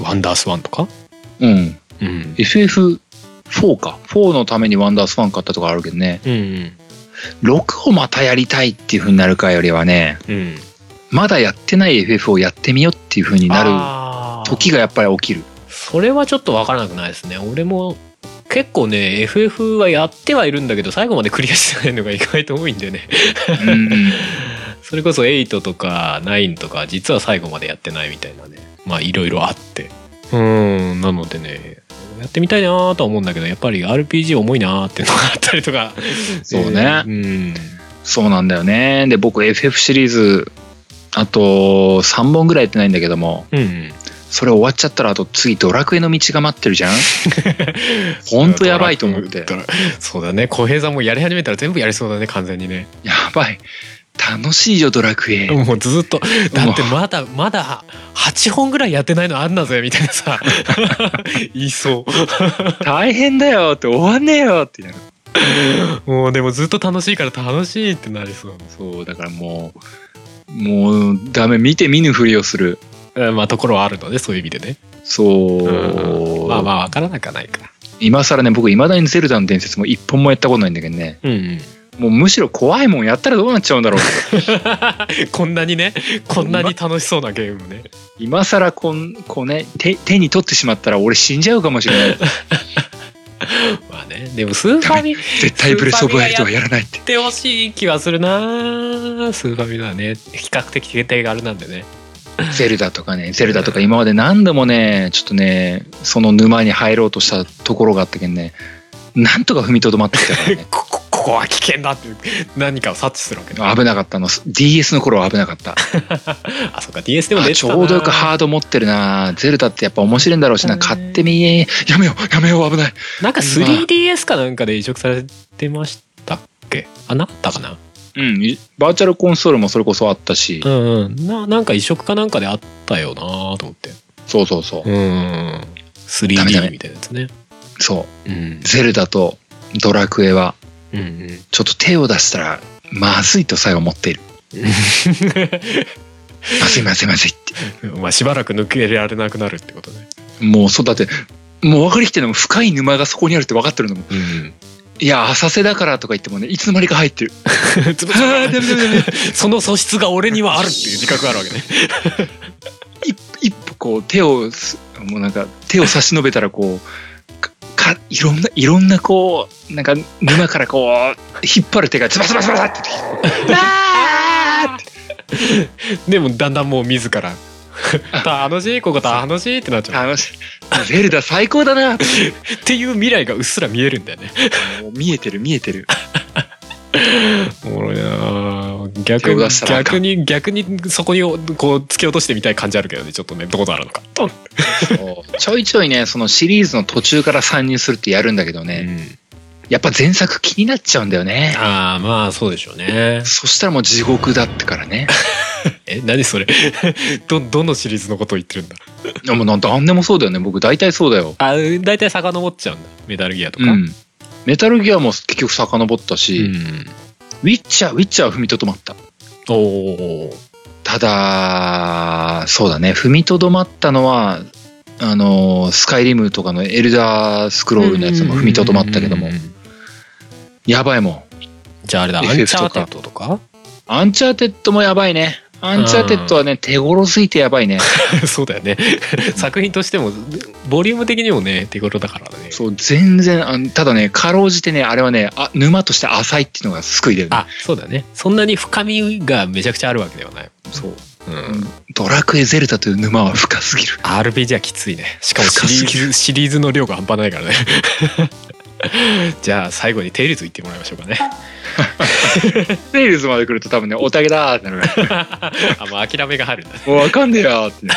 S2: ワンダースワンとか
S1: うん。
S2: うん。
S1: FF4 か。4のためにワンダースワン買ったとかあるけどね。
S2: うん。
S1: 6をまたやりたいっていう風になるかよりはね、
S2: うん。
S1: まだやってない FF をやってみようっていう風になる
S2: る
S1: 時がやっぱり起きる。
S2: それはちょっとわからなくないですね。俺も結構ね、FF はやってはいるんだけど、最後までクリアしてないのが意外と多いんだよね。
S1: うん
S2: それこそ8とか9とか実は最後までやってないみたいなねまあいろいろあってうんなのでねやってみたいなーとは思うんだけどやっぱり RPG 重いなーっていうのがあったりとか
S1: そうね
S2: うん
S1: そうなんだよね。で、僕 FF シリーズ、あと3本ぐらいやってないんだけども、
S2: うんうん
S1: それ終わっちゃったら、あと次ドラクエの道が待ってるじゃん ほんとやばいと思って。
S2: ドラそうだね小平さんもやり始めたら全部やりそうだね完全にね
S1: やばい。楽しいよ、ドラクエ。
S2: もうずっとだってまだまだ8本ぐらいやってないのあんなぜみたいなさ 言いそう
S1: 大変だよって終わんねえよってなる。
S2: もうでもずっと楽しいから楽しいってなりそう
S1: そう、だからもう、もううんダメ見て見ぬふりをする
S2: うんまあところはあるのでそういう意味でね
S1: そう、
S2: うんまあまあ分からなくはないか
S1: 今更ね僕いまだに「ゼルダの伝説」も一本もやったことないんだけどね
S2: うん、うん、
S1: もうむしろ怖いもんやったらどうなっちゃうんだろう
S2: こんなにねこんなに楽しそうなゲームね
S1: 今更こんこうね手手に取ってしまったら俺死んじゃうかもしれない
S2: まあねでもスーファミっ
S1: 絶対ブレス・オブ・ワイルドはやらないって
S2: てほしい気はするなスーファミはね比較的手軽なんでね
S1: ゼルダとかねゼルダとか今まで何度もねちょっとねその沼に入ろうとしたところがあったけどねなんとか踏みとどまってきた からね
S2: ここここは危険だっていう何かを察知するわけね
S1: 危なかったの DS の頃は危なかった
S2: あそうか DS でも出
S1: あ
S2: て
S1: ち
S2: たな
S1: ょうどよくハード持ってるなゼルダってやっぱ面白いんだろうしな
S2: そうだね
S1: 買ってみやめようやめよう危ない
S2: なんか 3DS かなんかで移植されてましたっけあなかったかな
S1: うんバーチャルコンソールもそれこそあったし、
S2: うんうんななんか移植かなんかであったよなと思って
S1: そうそうそう、
S2: うんうんうん
S1: ダメダメ
S2: 3D みたいなやつね
S1: そう
S2: うん
S1: ゼルダとドラクエは
S2: うんうん
S1: ちょっと手を出したらまずいとさえ思っているまずいまずいまずいって
S2: まあしばらく抜けられなくなるってことね。
S1: もうそうだってもう分かりきってるのも深い沼がそこにあるって分かってるのも いや浅瀬だからとか言ってもねいつの間にか入ってる
S2: つぶつぶ
S1: あーダメダメダメ
S2: その素質が俺にはあるっていう自覚があるわけね。
S1: 一一歩こう手をすもうなんか手を差し伸べたらこうかかいろんないろんなこうなんか沼からこう引っ張る手がズバズバズバズバって出てきてあーって
S2: でもだんだんもう自ら楽しいここ楽しいってなっちゃう。
S1: 楽しいゼルダ最高だなって
S2: っていう未来がうっすら見えるんだよね。
S1: もう見えてる見えてる
S2: おもろいなあ逆
S1: 手を
S2: に
S1: 出したらあか
S2: 逆に逆にそこにこう突き落としてみたい感じあるけどねちょっとねどこなるのか。と
S1: そうちょいちょいねそのシリーズの途中から参入するってやるんだけどね、やっぱ前作気になっちゃうんだよね
S2: ああまあそうでしょうね。
S1: そしたらもう地獄だってからね
S2: え何それ どどのシリーズのことを言ってるんだ
S1: でもなん何でもそうだよね僕大体そうだよ
S2: あ大体遡っちゃうんだメダルギアと
S1: う
S2: か。
S1: んメタルギアも結局遡ったし、
S2: うん
S1: ウィッチャーウィッチャーは踏みとどまった
S2: おお
S1: ただそうだね踏みとどまったのはあのスカイリムとかのエルダースクロールのやつも踏みとどまったけどもやばいもん
S2: じゃああれだアンチ
S1: FF
S2: ャ
S1: と
S2: ーテ
S1: か
S2: ッドとか
S1: アンチャーテッドもやばいねアンチャーテッドはね手頃すぎてやばいね
S2: そうだよ ね作品としてもボリューム的にもね手頃だからね
S1: そう全然あただねかろうじてねあれはねあ沼として浅いっていうのが救いだよね
S2: あそうだねそんなに深みがめちゃくちゃあるわけではない、
S1: そう
S2: うん、
S1: ドラクエゼルダという沼は深すぎる
S2: RPG はきついねしかもシ
S1: 深すぎ
S2: リーズシリーズの量が半端ないからね じゃあ最後にテイルズ言ってもらいましょうかね
S1: セールズまで来ると多分ねおたげだーってなる から
S2: あもう諦めが入るんだ
S1: もうわかんねえよーってね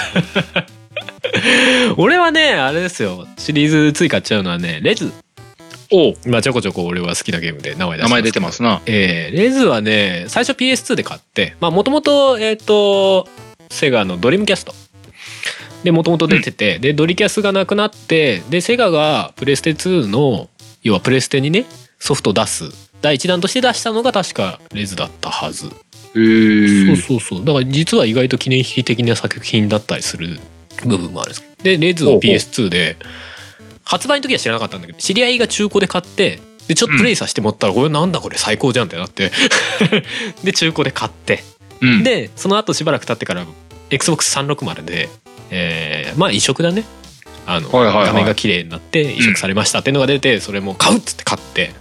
S2: 俺はねあれですよシリーズつい買っちゃうのはねレズ
S1: おう
S2: まあちょこちょこ俺は好きなゲームで名前出し
S1: 名前出てますな
S2: えーレズはね最初 PS2 で買ってまあもともとえっ、とセガのドリームキャストでもともと出てて、でドリキャスがなくなってでセガがプレステ2の要はプレステにねソフトを出す第一弾として出したのが確かレズだったはず、
S1: へ
S2: そう
S1: ー
S2: そうそうだから実は意外と記念碑的な作品だったりする部分もあるんですでレズを PS2 で発売の時は知らなかったんだけど知り合いが中古で買ってでちょっとプレイさせてもらったら、これなんだこれ最高じゃんってなって で中古で買って
S1: うん
S2: でその後しばらく経ってから XBOX360 で、えーまあ移植だねあの、
S1: はいはいはい
S2: 画面が綺麗になって移植されましたっていうのが出て、それも買うっつって買って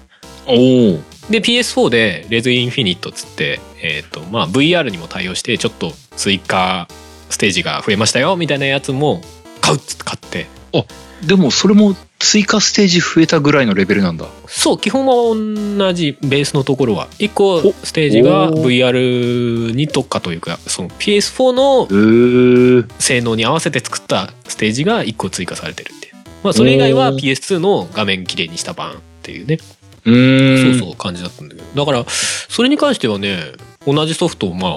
S1: おお
S2: で PS4 で「レズインフィニット」っつって、えーとまあ、VR にも対応してちょっと追加ステージが増えましたよみたいなやつも買うっつって買って
S1: でもそれも追加ステージ増えたぐらいのレベルなんだ
S2: そう基本は同じベースのところは1個ステージが
S1: お
S2: VR に特化というかその PS4 の
S1: へー
S2: 性能に合わせて作ったステージが1個追加されてるっていう、まあ、それ以外は
S1: おー
S2: PS2 の画面綺麗にした版っていうね
S1: うー
S2: そうんそう感じだったんだけどだからそれに関してはね同じソフトをまあ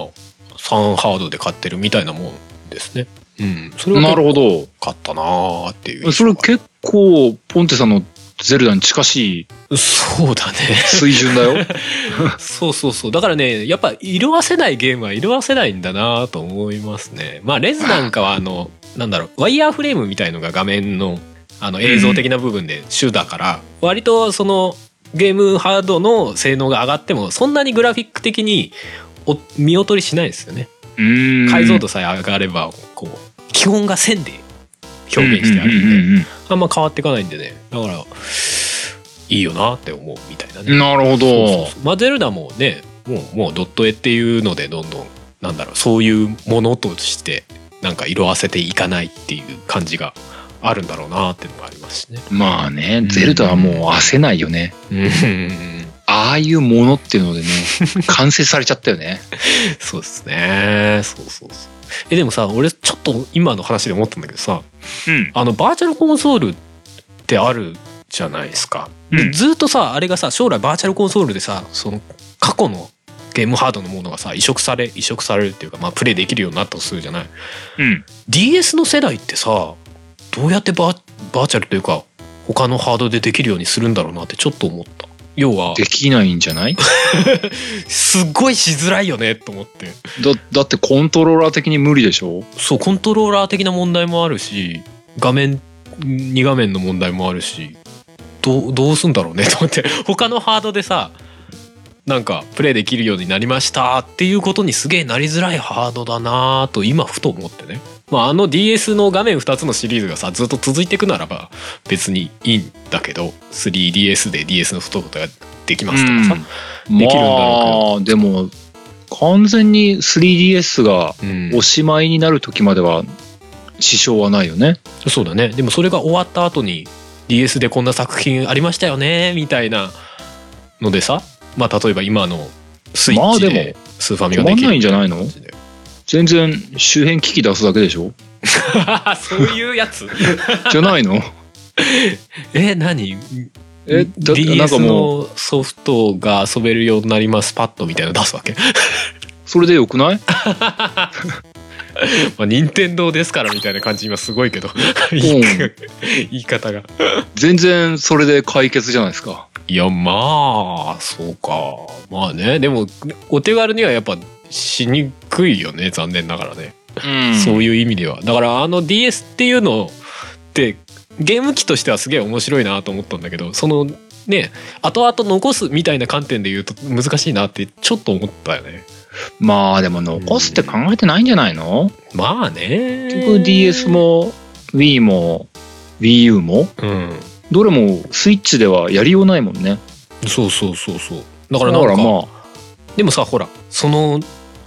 S2: 3ハードで買ってるみたいなもんですねうんそれは
S1: なるほど
S2: 買ったなーっていう
S1: それ結構ポンテさんのゼルダに近しい
S2: そうだね
S1: 水準だ よ。
S2: そうそうそうだからねやっぱ色あせないゲームは色あせないんだなと思いますねまあレズなんかはあのなんだろうワイヤーフレームみたいのが画面のあの映像的な部分で主だから、割とそのゲームハードの性能が上がってもそんなにグラフィック的にお見劣りしないですよね
S1: うーん
S2: 解像度さえ上がればこう基本が線で表現してあるんで、
S1: うんうんうんうん
S2: あんま変わっていかないんでねだからいいよなって思うみたいなね、
S1: なるほ
S2: そうそう
S1: ど。
S2: そうまあゼルダもねもうもうドット絵っていうのでどんどんなんだろうそういうものとしてなんか色あせていかないっていう感じがあるんだろうなっていうのがありますしね。
S1: まあね、ゼルダはもう焦ないよね。
S2: うん
S1: ああいうものっていうのでね、完成されちゃったよね。
S2: そうですねそうそうそう。えでもさ俺ちょっと今の話で思ったんだけどさ
S1: うん。
S2: あのバーチャルコンソールってあるじゃないですか。
S1: う
S2: で
S1: ん
S2: ずっとさあれがさ将来バーチャルコンソールでさその過去のゲームハードのものがさ移植され移植されるっていうか、まあ、プレイできるようになったとするじゃない。
S1: うん。
S2: DS の世代ってさどうやってバーバーチャルというか他のハードでできるようにするんだろうなってちょっと思った要は
S1: できないんじゃない
S2: すっごいしづらいよねと思って
S1: だだってコントローラー的に無理でしょ
S2: そうコントローラー的な問題もあるし画面2画面の問題もあるしどうどうすんだろうねと思って 他のハードでさなんかプレイできるようになりましたっていうことにすげえなりづらいハードだなぁと今ふと思ってね、まあ、あの DS の画面2つのシリーズがさずっと続いていくならば別にいいんだけど 3DS で DS のソフトができますとかさ、
S1: うん
S2: できるんだろ
S1: まあ、でも完全に 3DS が
S2: うん
S1: おしまいになる時までは支障はないよね。
S2: そうだねでもそれが終わった後に DS でこんな作品ありましたよねみたいなのでさまあ例えば今のスイッチ
S1: まあで
S2: で
S1: も
S2: スーファミができる
S1: 困んないんじゃないの
S2: みたいな
S1: 全然周辺機器出すだけでしょ
S2: 感じで そういうやつ
S1: じゃないの
S2: え何
S1: えだってなんか
S2: DS
S1: もう
S2: のソフトが遊べるようになりますパッドみたいなの出すわけ
S1: それでよくない
S2: まあ任天堂ですからみたいな感じ今すごいけど 言い
S1: うん
S2: 言い方が
S1: 全然それで解決じゃないですか。
S2: いや、まあ、そうか。まあね、でも、お手軽にはやっぱしにくいよね、残念ながらね。
S1: うん
S2: そういう意味では。だから、あの DS っていうのって、ゲーム機としてはすげえ面白いなと思ったんだけど、その、ね、後々残すみたいな観点で言うと難しいなってちょっと思ったよね。
S1: まあでも残すって考えてないんじゃないの
S2: まあね。
S1: 結局 DS。も Wii も WiiU も
S2: うん。
S1: どれもスイッチではやりようないもんね。
S2: そうそうそうそう。だか
S1: だ
S2: ら
S1: か
S2: なんから
S1: まあ
S2: でもさほらその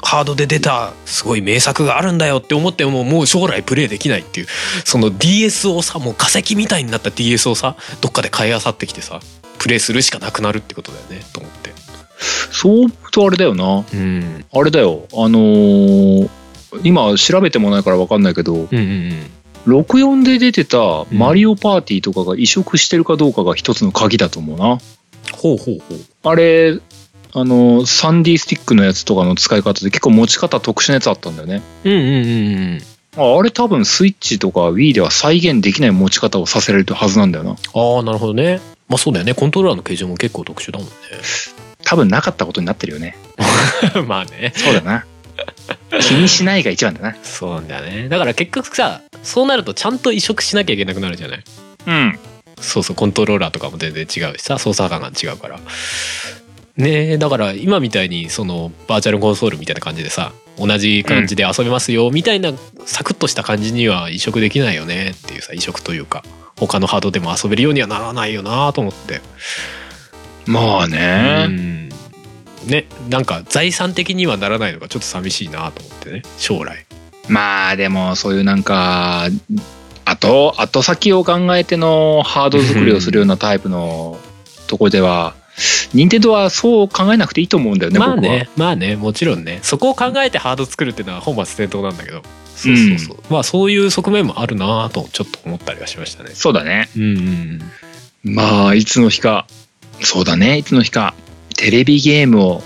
S2: ハードで出たすごい名作があるんだよって思ってももう将来プレイできないっていうその DS をさもう化石みたいになった DS をさどっかで買い漁ってきてさプレイするしかなくなるってことだよねと思って
S1: そう思うとあれだよな。
S2: うん
S1: あれだよ。あのー今調べてもないから分かんないけど、
S2: うんうん
S1: 64で出てたマリオパーティーとかが移植してるかどうかが一つの鍵だと思うな。
S2: ほうほうほう
S1: あれ、あのーサンディスティックのやつとかの使い方で結構持ち方特殊なやつあったんだよね。
S2: うんうんうんうん
S1: ああれ多分スイッチとか Wii では再現できない持ち方をさせられるはずなんだよな。
S2: ああなるほどねまあそうだよねコントローラーの形状も結構特殊だもん
S1: 多分なかったことになってるよね。
S2: ね まあね
S1: そうだ な。気にしないが一番だな。
S2: そうなんだよねだから結局さそうなるとちゃんと移植しなきゃいけなくなるじゃない
S1: うん。
S2: そうそうコントローラーとかも全然違うしさ操作感が違うからねえだから今みたいにそのバーチャルコンソールみたいな感じでさ同じ感じで遊べますよみたいなサクッとした感じには移植できないよねっていうさ移植というか他のハードでも遊べるようにはならないよなと思って
S1: まあね。
S2: うんねなんか財産的にはならないのがちょっと寂しいなと思ってね将来
S1: まあでもそういうなんか後後先を考えてのハード作りをするようなタイプのとこでは任天堂はそう考えなくていいと思うんだよね、
S2: まあ
S1: 僕は
S2: ね。まあねもちろんねそこを考えてハード作るっていうのは本末転倒なんだけどそうそうそう、まあそういう側面もあるなぁとちょっと思ったりはしましたね
S1: そうだね
S2: うんうん
S1: まあいつの日かそうだねいつの日かテレビゲームを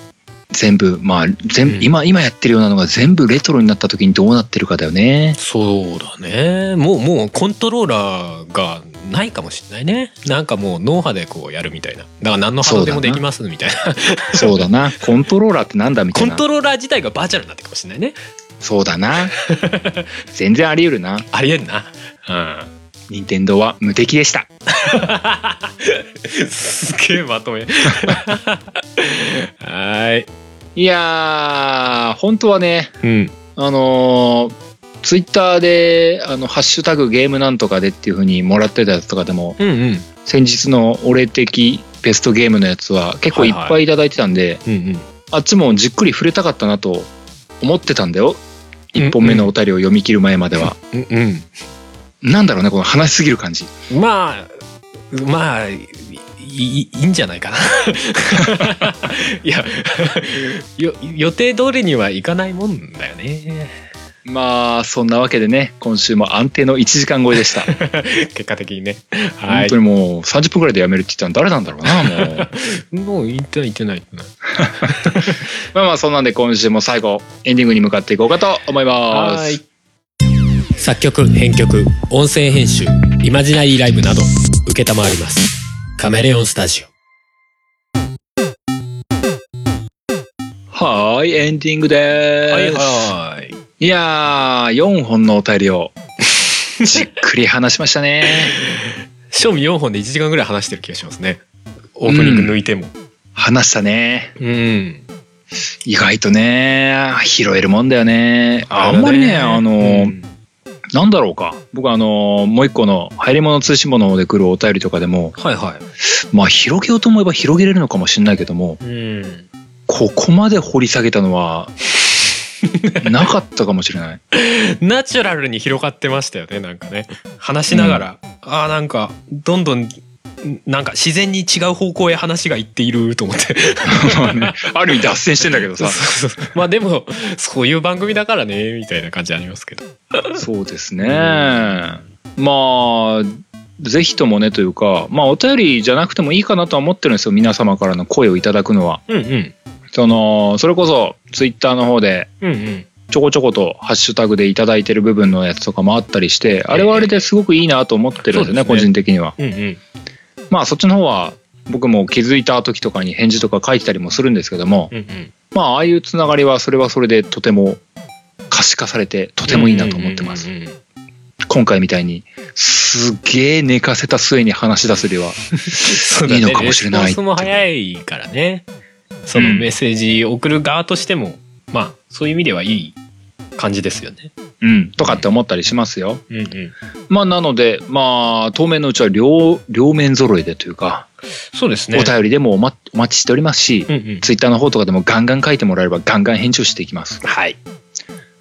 S1: 全部まあ全部、
S2: うん
S1: 今今やってるようなのが全部レトロになった時にどうなってるかだよね
S2: そうだねもうもうコントローラーがないかもしれないねなんかもう脳波でこうやるみたいなだから何の波動でもできますみたいな
S1: そうだな。コントローラーってなんだみた
S2: コ
S1: い
S2: ン
S1: な。
S2: トローラー自体がバーチャルになってるかもしれないね
S1: そうだな。全然あり得るな。
S2: ありえんなうん
S1: 任天堂は無敵でした。
S2: すげえまとめ はーい
S1: いやー、本当はね、
S2: うん
S1: あのツイッター Twitter で、あの、ハッシュタグゲームなんとかでっていう風にもらってたやつとかでも、
S2: うんうん
S1: 先日の俺的ベストゲームのやつは結構いっぱいいただいてたんで、
S2: うんうん
S1: あっちもじっくり触れたかったなと思ってたんだよ。
S2: うん
S1: 1本目のお便りを読み切る前までは。
S2: うんうん
S1: なんだろうね、この話しすぎる感じ。
S2: まあまあいいいいんじゃないかないやよ予定通りにはいかないもんだよね
S1: まあ、そんなわけでね、今週も安定の1時間超えでした。
S2: 結果的にねは
S1: 本
S2: い
S1: 当にもう30分くらいでやめるって言ったの誰なんだろうな、もう。
S2: もう言ってない言ってない言ってない
S1: まあまあ、そんなんで今週も最後、エンディングに向かっていこうかと思います。
S2: 作曲編曲音声編集イマジナリーライブなど承りますカメレオンスタジオ
S1: はーい、エンディングでーす。
S2: はい
S1: いやー、4本のお便りを じっくり話しましたね。
S2: 賞味4本で1時間ぐらい話してる気がしますねオープニング抜いても
S1: 話したね。
S2: うん、
S1: 意外とね、拾えるもんだよね。あんまりね、あの、
S2: うん
S1: なんだろうか。僕あの、もう一個の入り物通信物で来るお便りとかでも、
S2: はいは
S1: まあ広げようと思えば広げれるのかもしれないけども、
S2: いうん
S1: ここまで掘り下げたの はなかったかもしれない。
S2: ナチュラルに広がってましたよねなんかね話しながら、ああなんかどんどんなんか自然に違う方向へ話がいっていると思って
S1: まあねある意味脱線してんだけどさ。
S2: そうそう まあでもそういう番組だからねみたいな感じありますけど
S1: そうですね。まあ、ぜひともねというか、まあお便りじゃなくてもいいかなとは思ってるんですよ。皆様からの声をいただくのは。
S2: うんうん
S1: その、それこそツイッターの方で
S2: うんうん
S1: ちょこちょことハッシュタグでいただいてる部分のやつとかもあったりして、あれはあれですごくいいなと思ってるんですよね、
S2: そうですね
S1: 個人的には。
S2: うんうん
S1: まあそっちの方は僕も気づいた時とかに返事とか書いてたりもするんですけども、
S2: うんうん
S1: まあああいうつながりはそれはそれでとても可視化されてとてもいいなと思ってます。
S2: うんうんうんうん
S1: 今回みたいにすげえ寝かせた末に話し出すよりは。
S2: そうだね
S1: いいのかもしれない
S2: レスポンスも早いからねその
S1: うん
S2: メッセージ送る側としても、まあそういう意味ではいい感じですよね
S1: うん、とかって思ったりしますよ。
S2: うんうん
S1: まあなので、まあ当面のうちは両、両面揃いでというか、
S2: そうですね
S1: お便りでもお待お待ちしておりますし、
S2: うんうん
S1: ツイッターの方とかでもガンガン書いてもらえればガンガン返事をしていきます。
S2: はい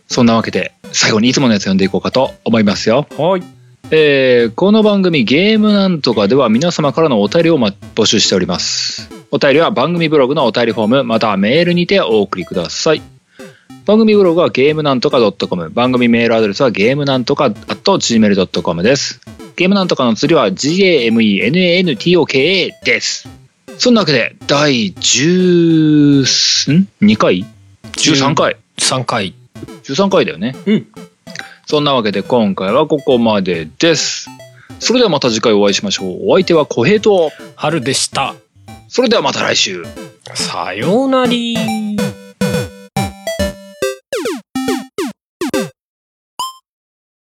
S1: そんなわけで、最後にいつものやつ読んでいこうかと思いますよ。
S2: はい
S1: えーこの番組ゲームなんとかでは皆様からのお便りをま募集しております。お便りは番組ブログのお便りフォームまたはメールにてお送りください。番組ブログはゲームなんとか .com 番組メールアドレスはゲームなんとか .gmail.com です。ゲームなんとかの釣りは GAMENANTOKA です。そんなわけで第10ん2回 ?13 回
S2: 3回
S1: ?13 回だよね。
S2: うん
S1: そんなわけで今回はここまでです。それではまた次回お会いしましょう。お相手は小平と、
S2: 春でした
S1: それではまた来週。
S2: さようなり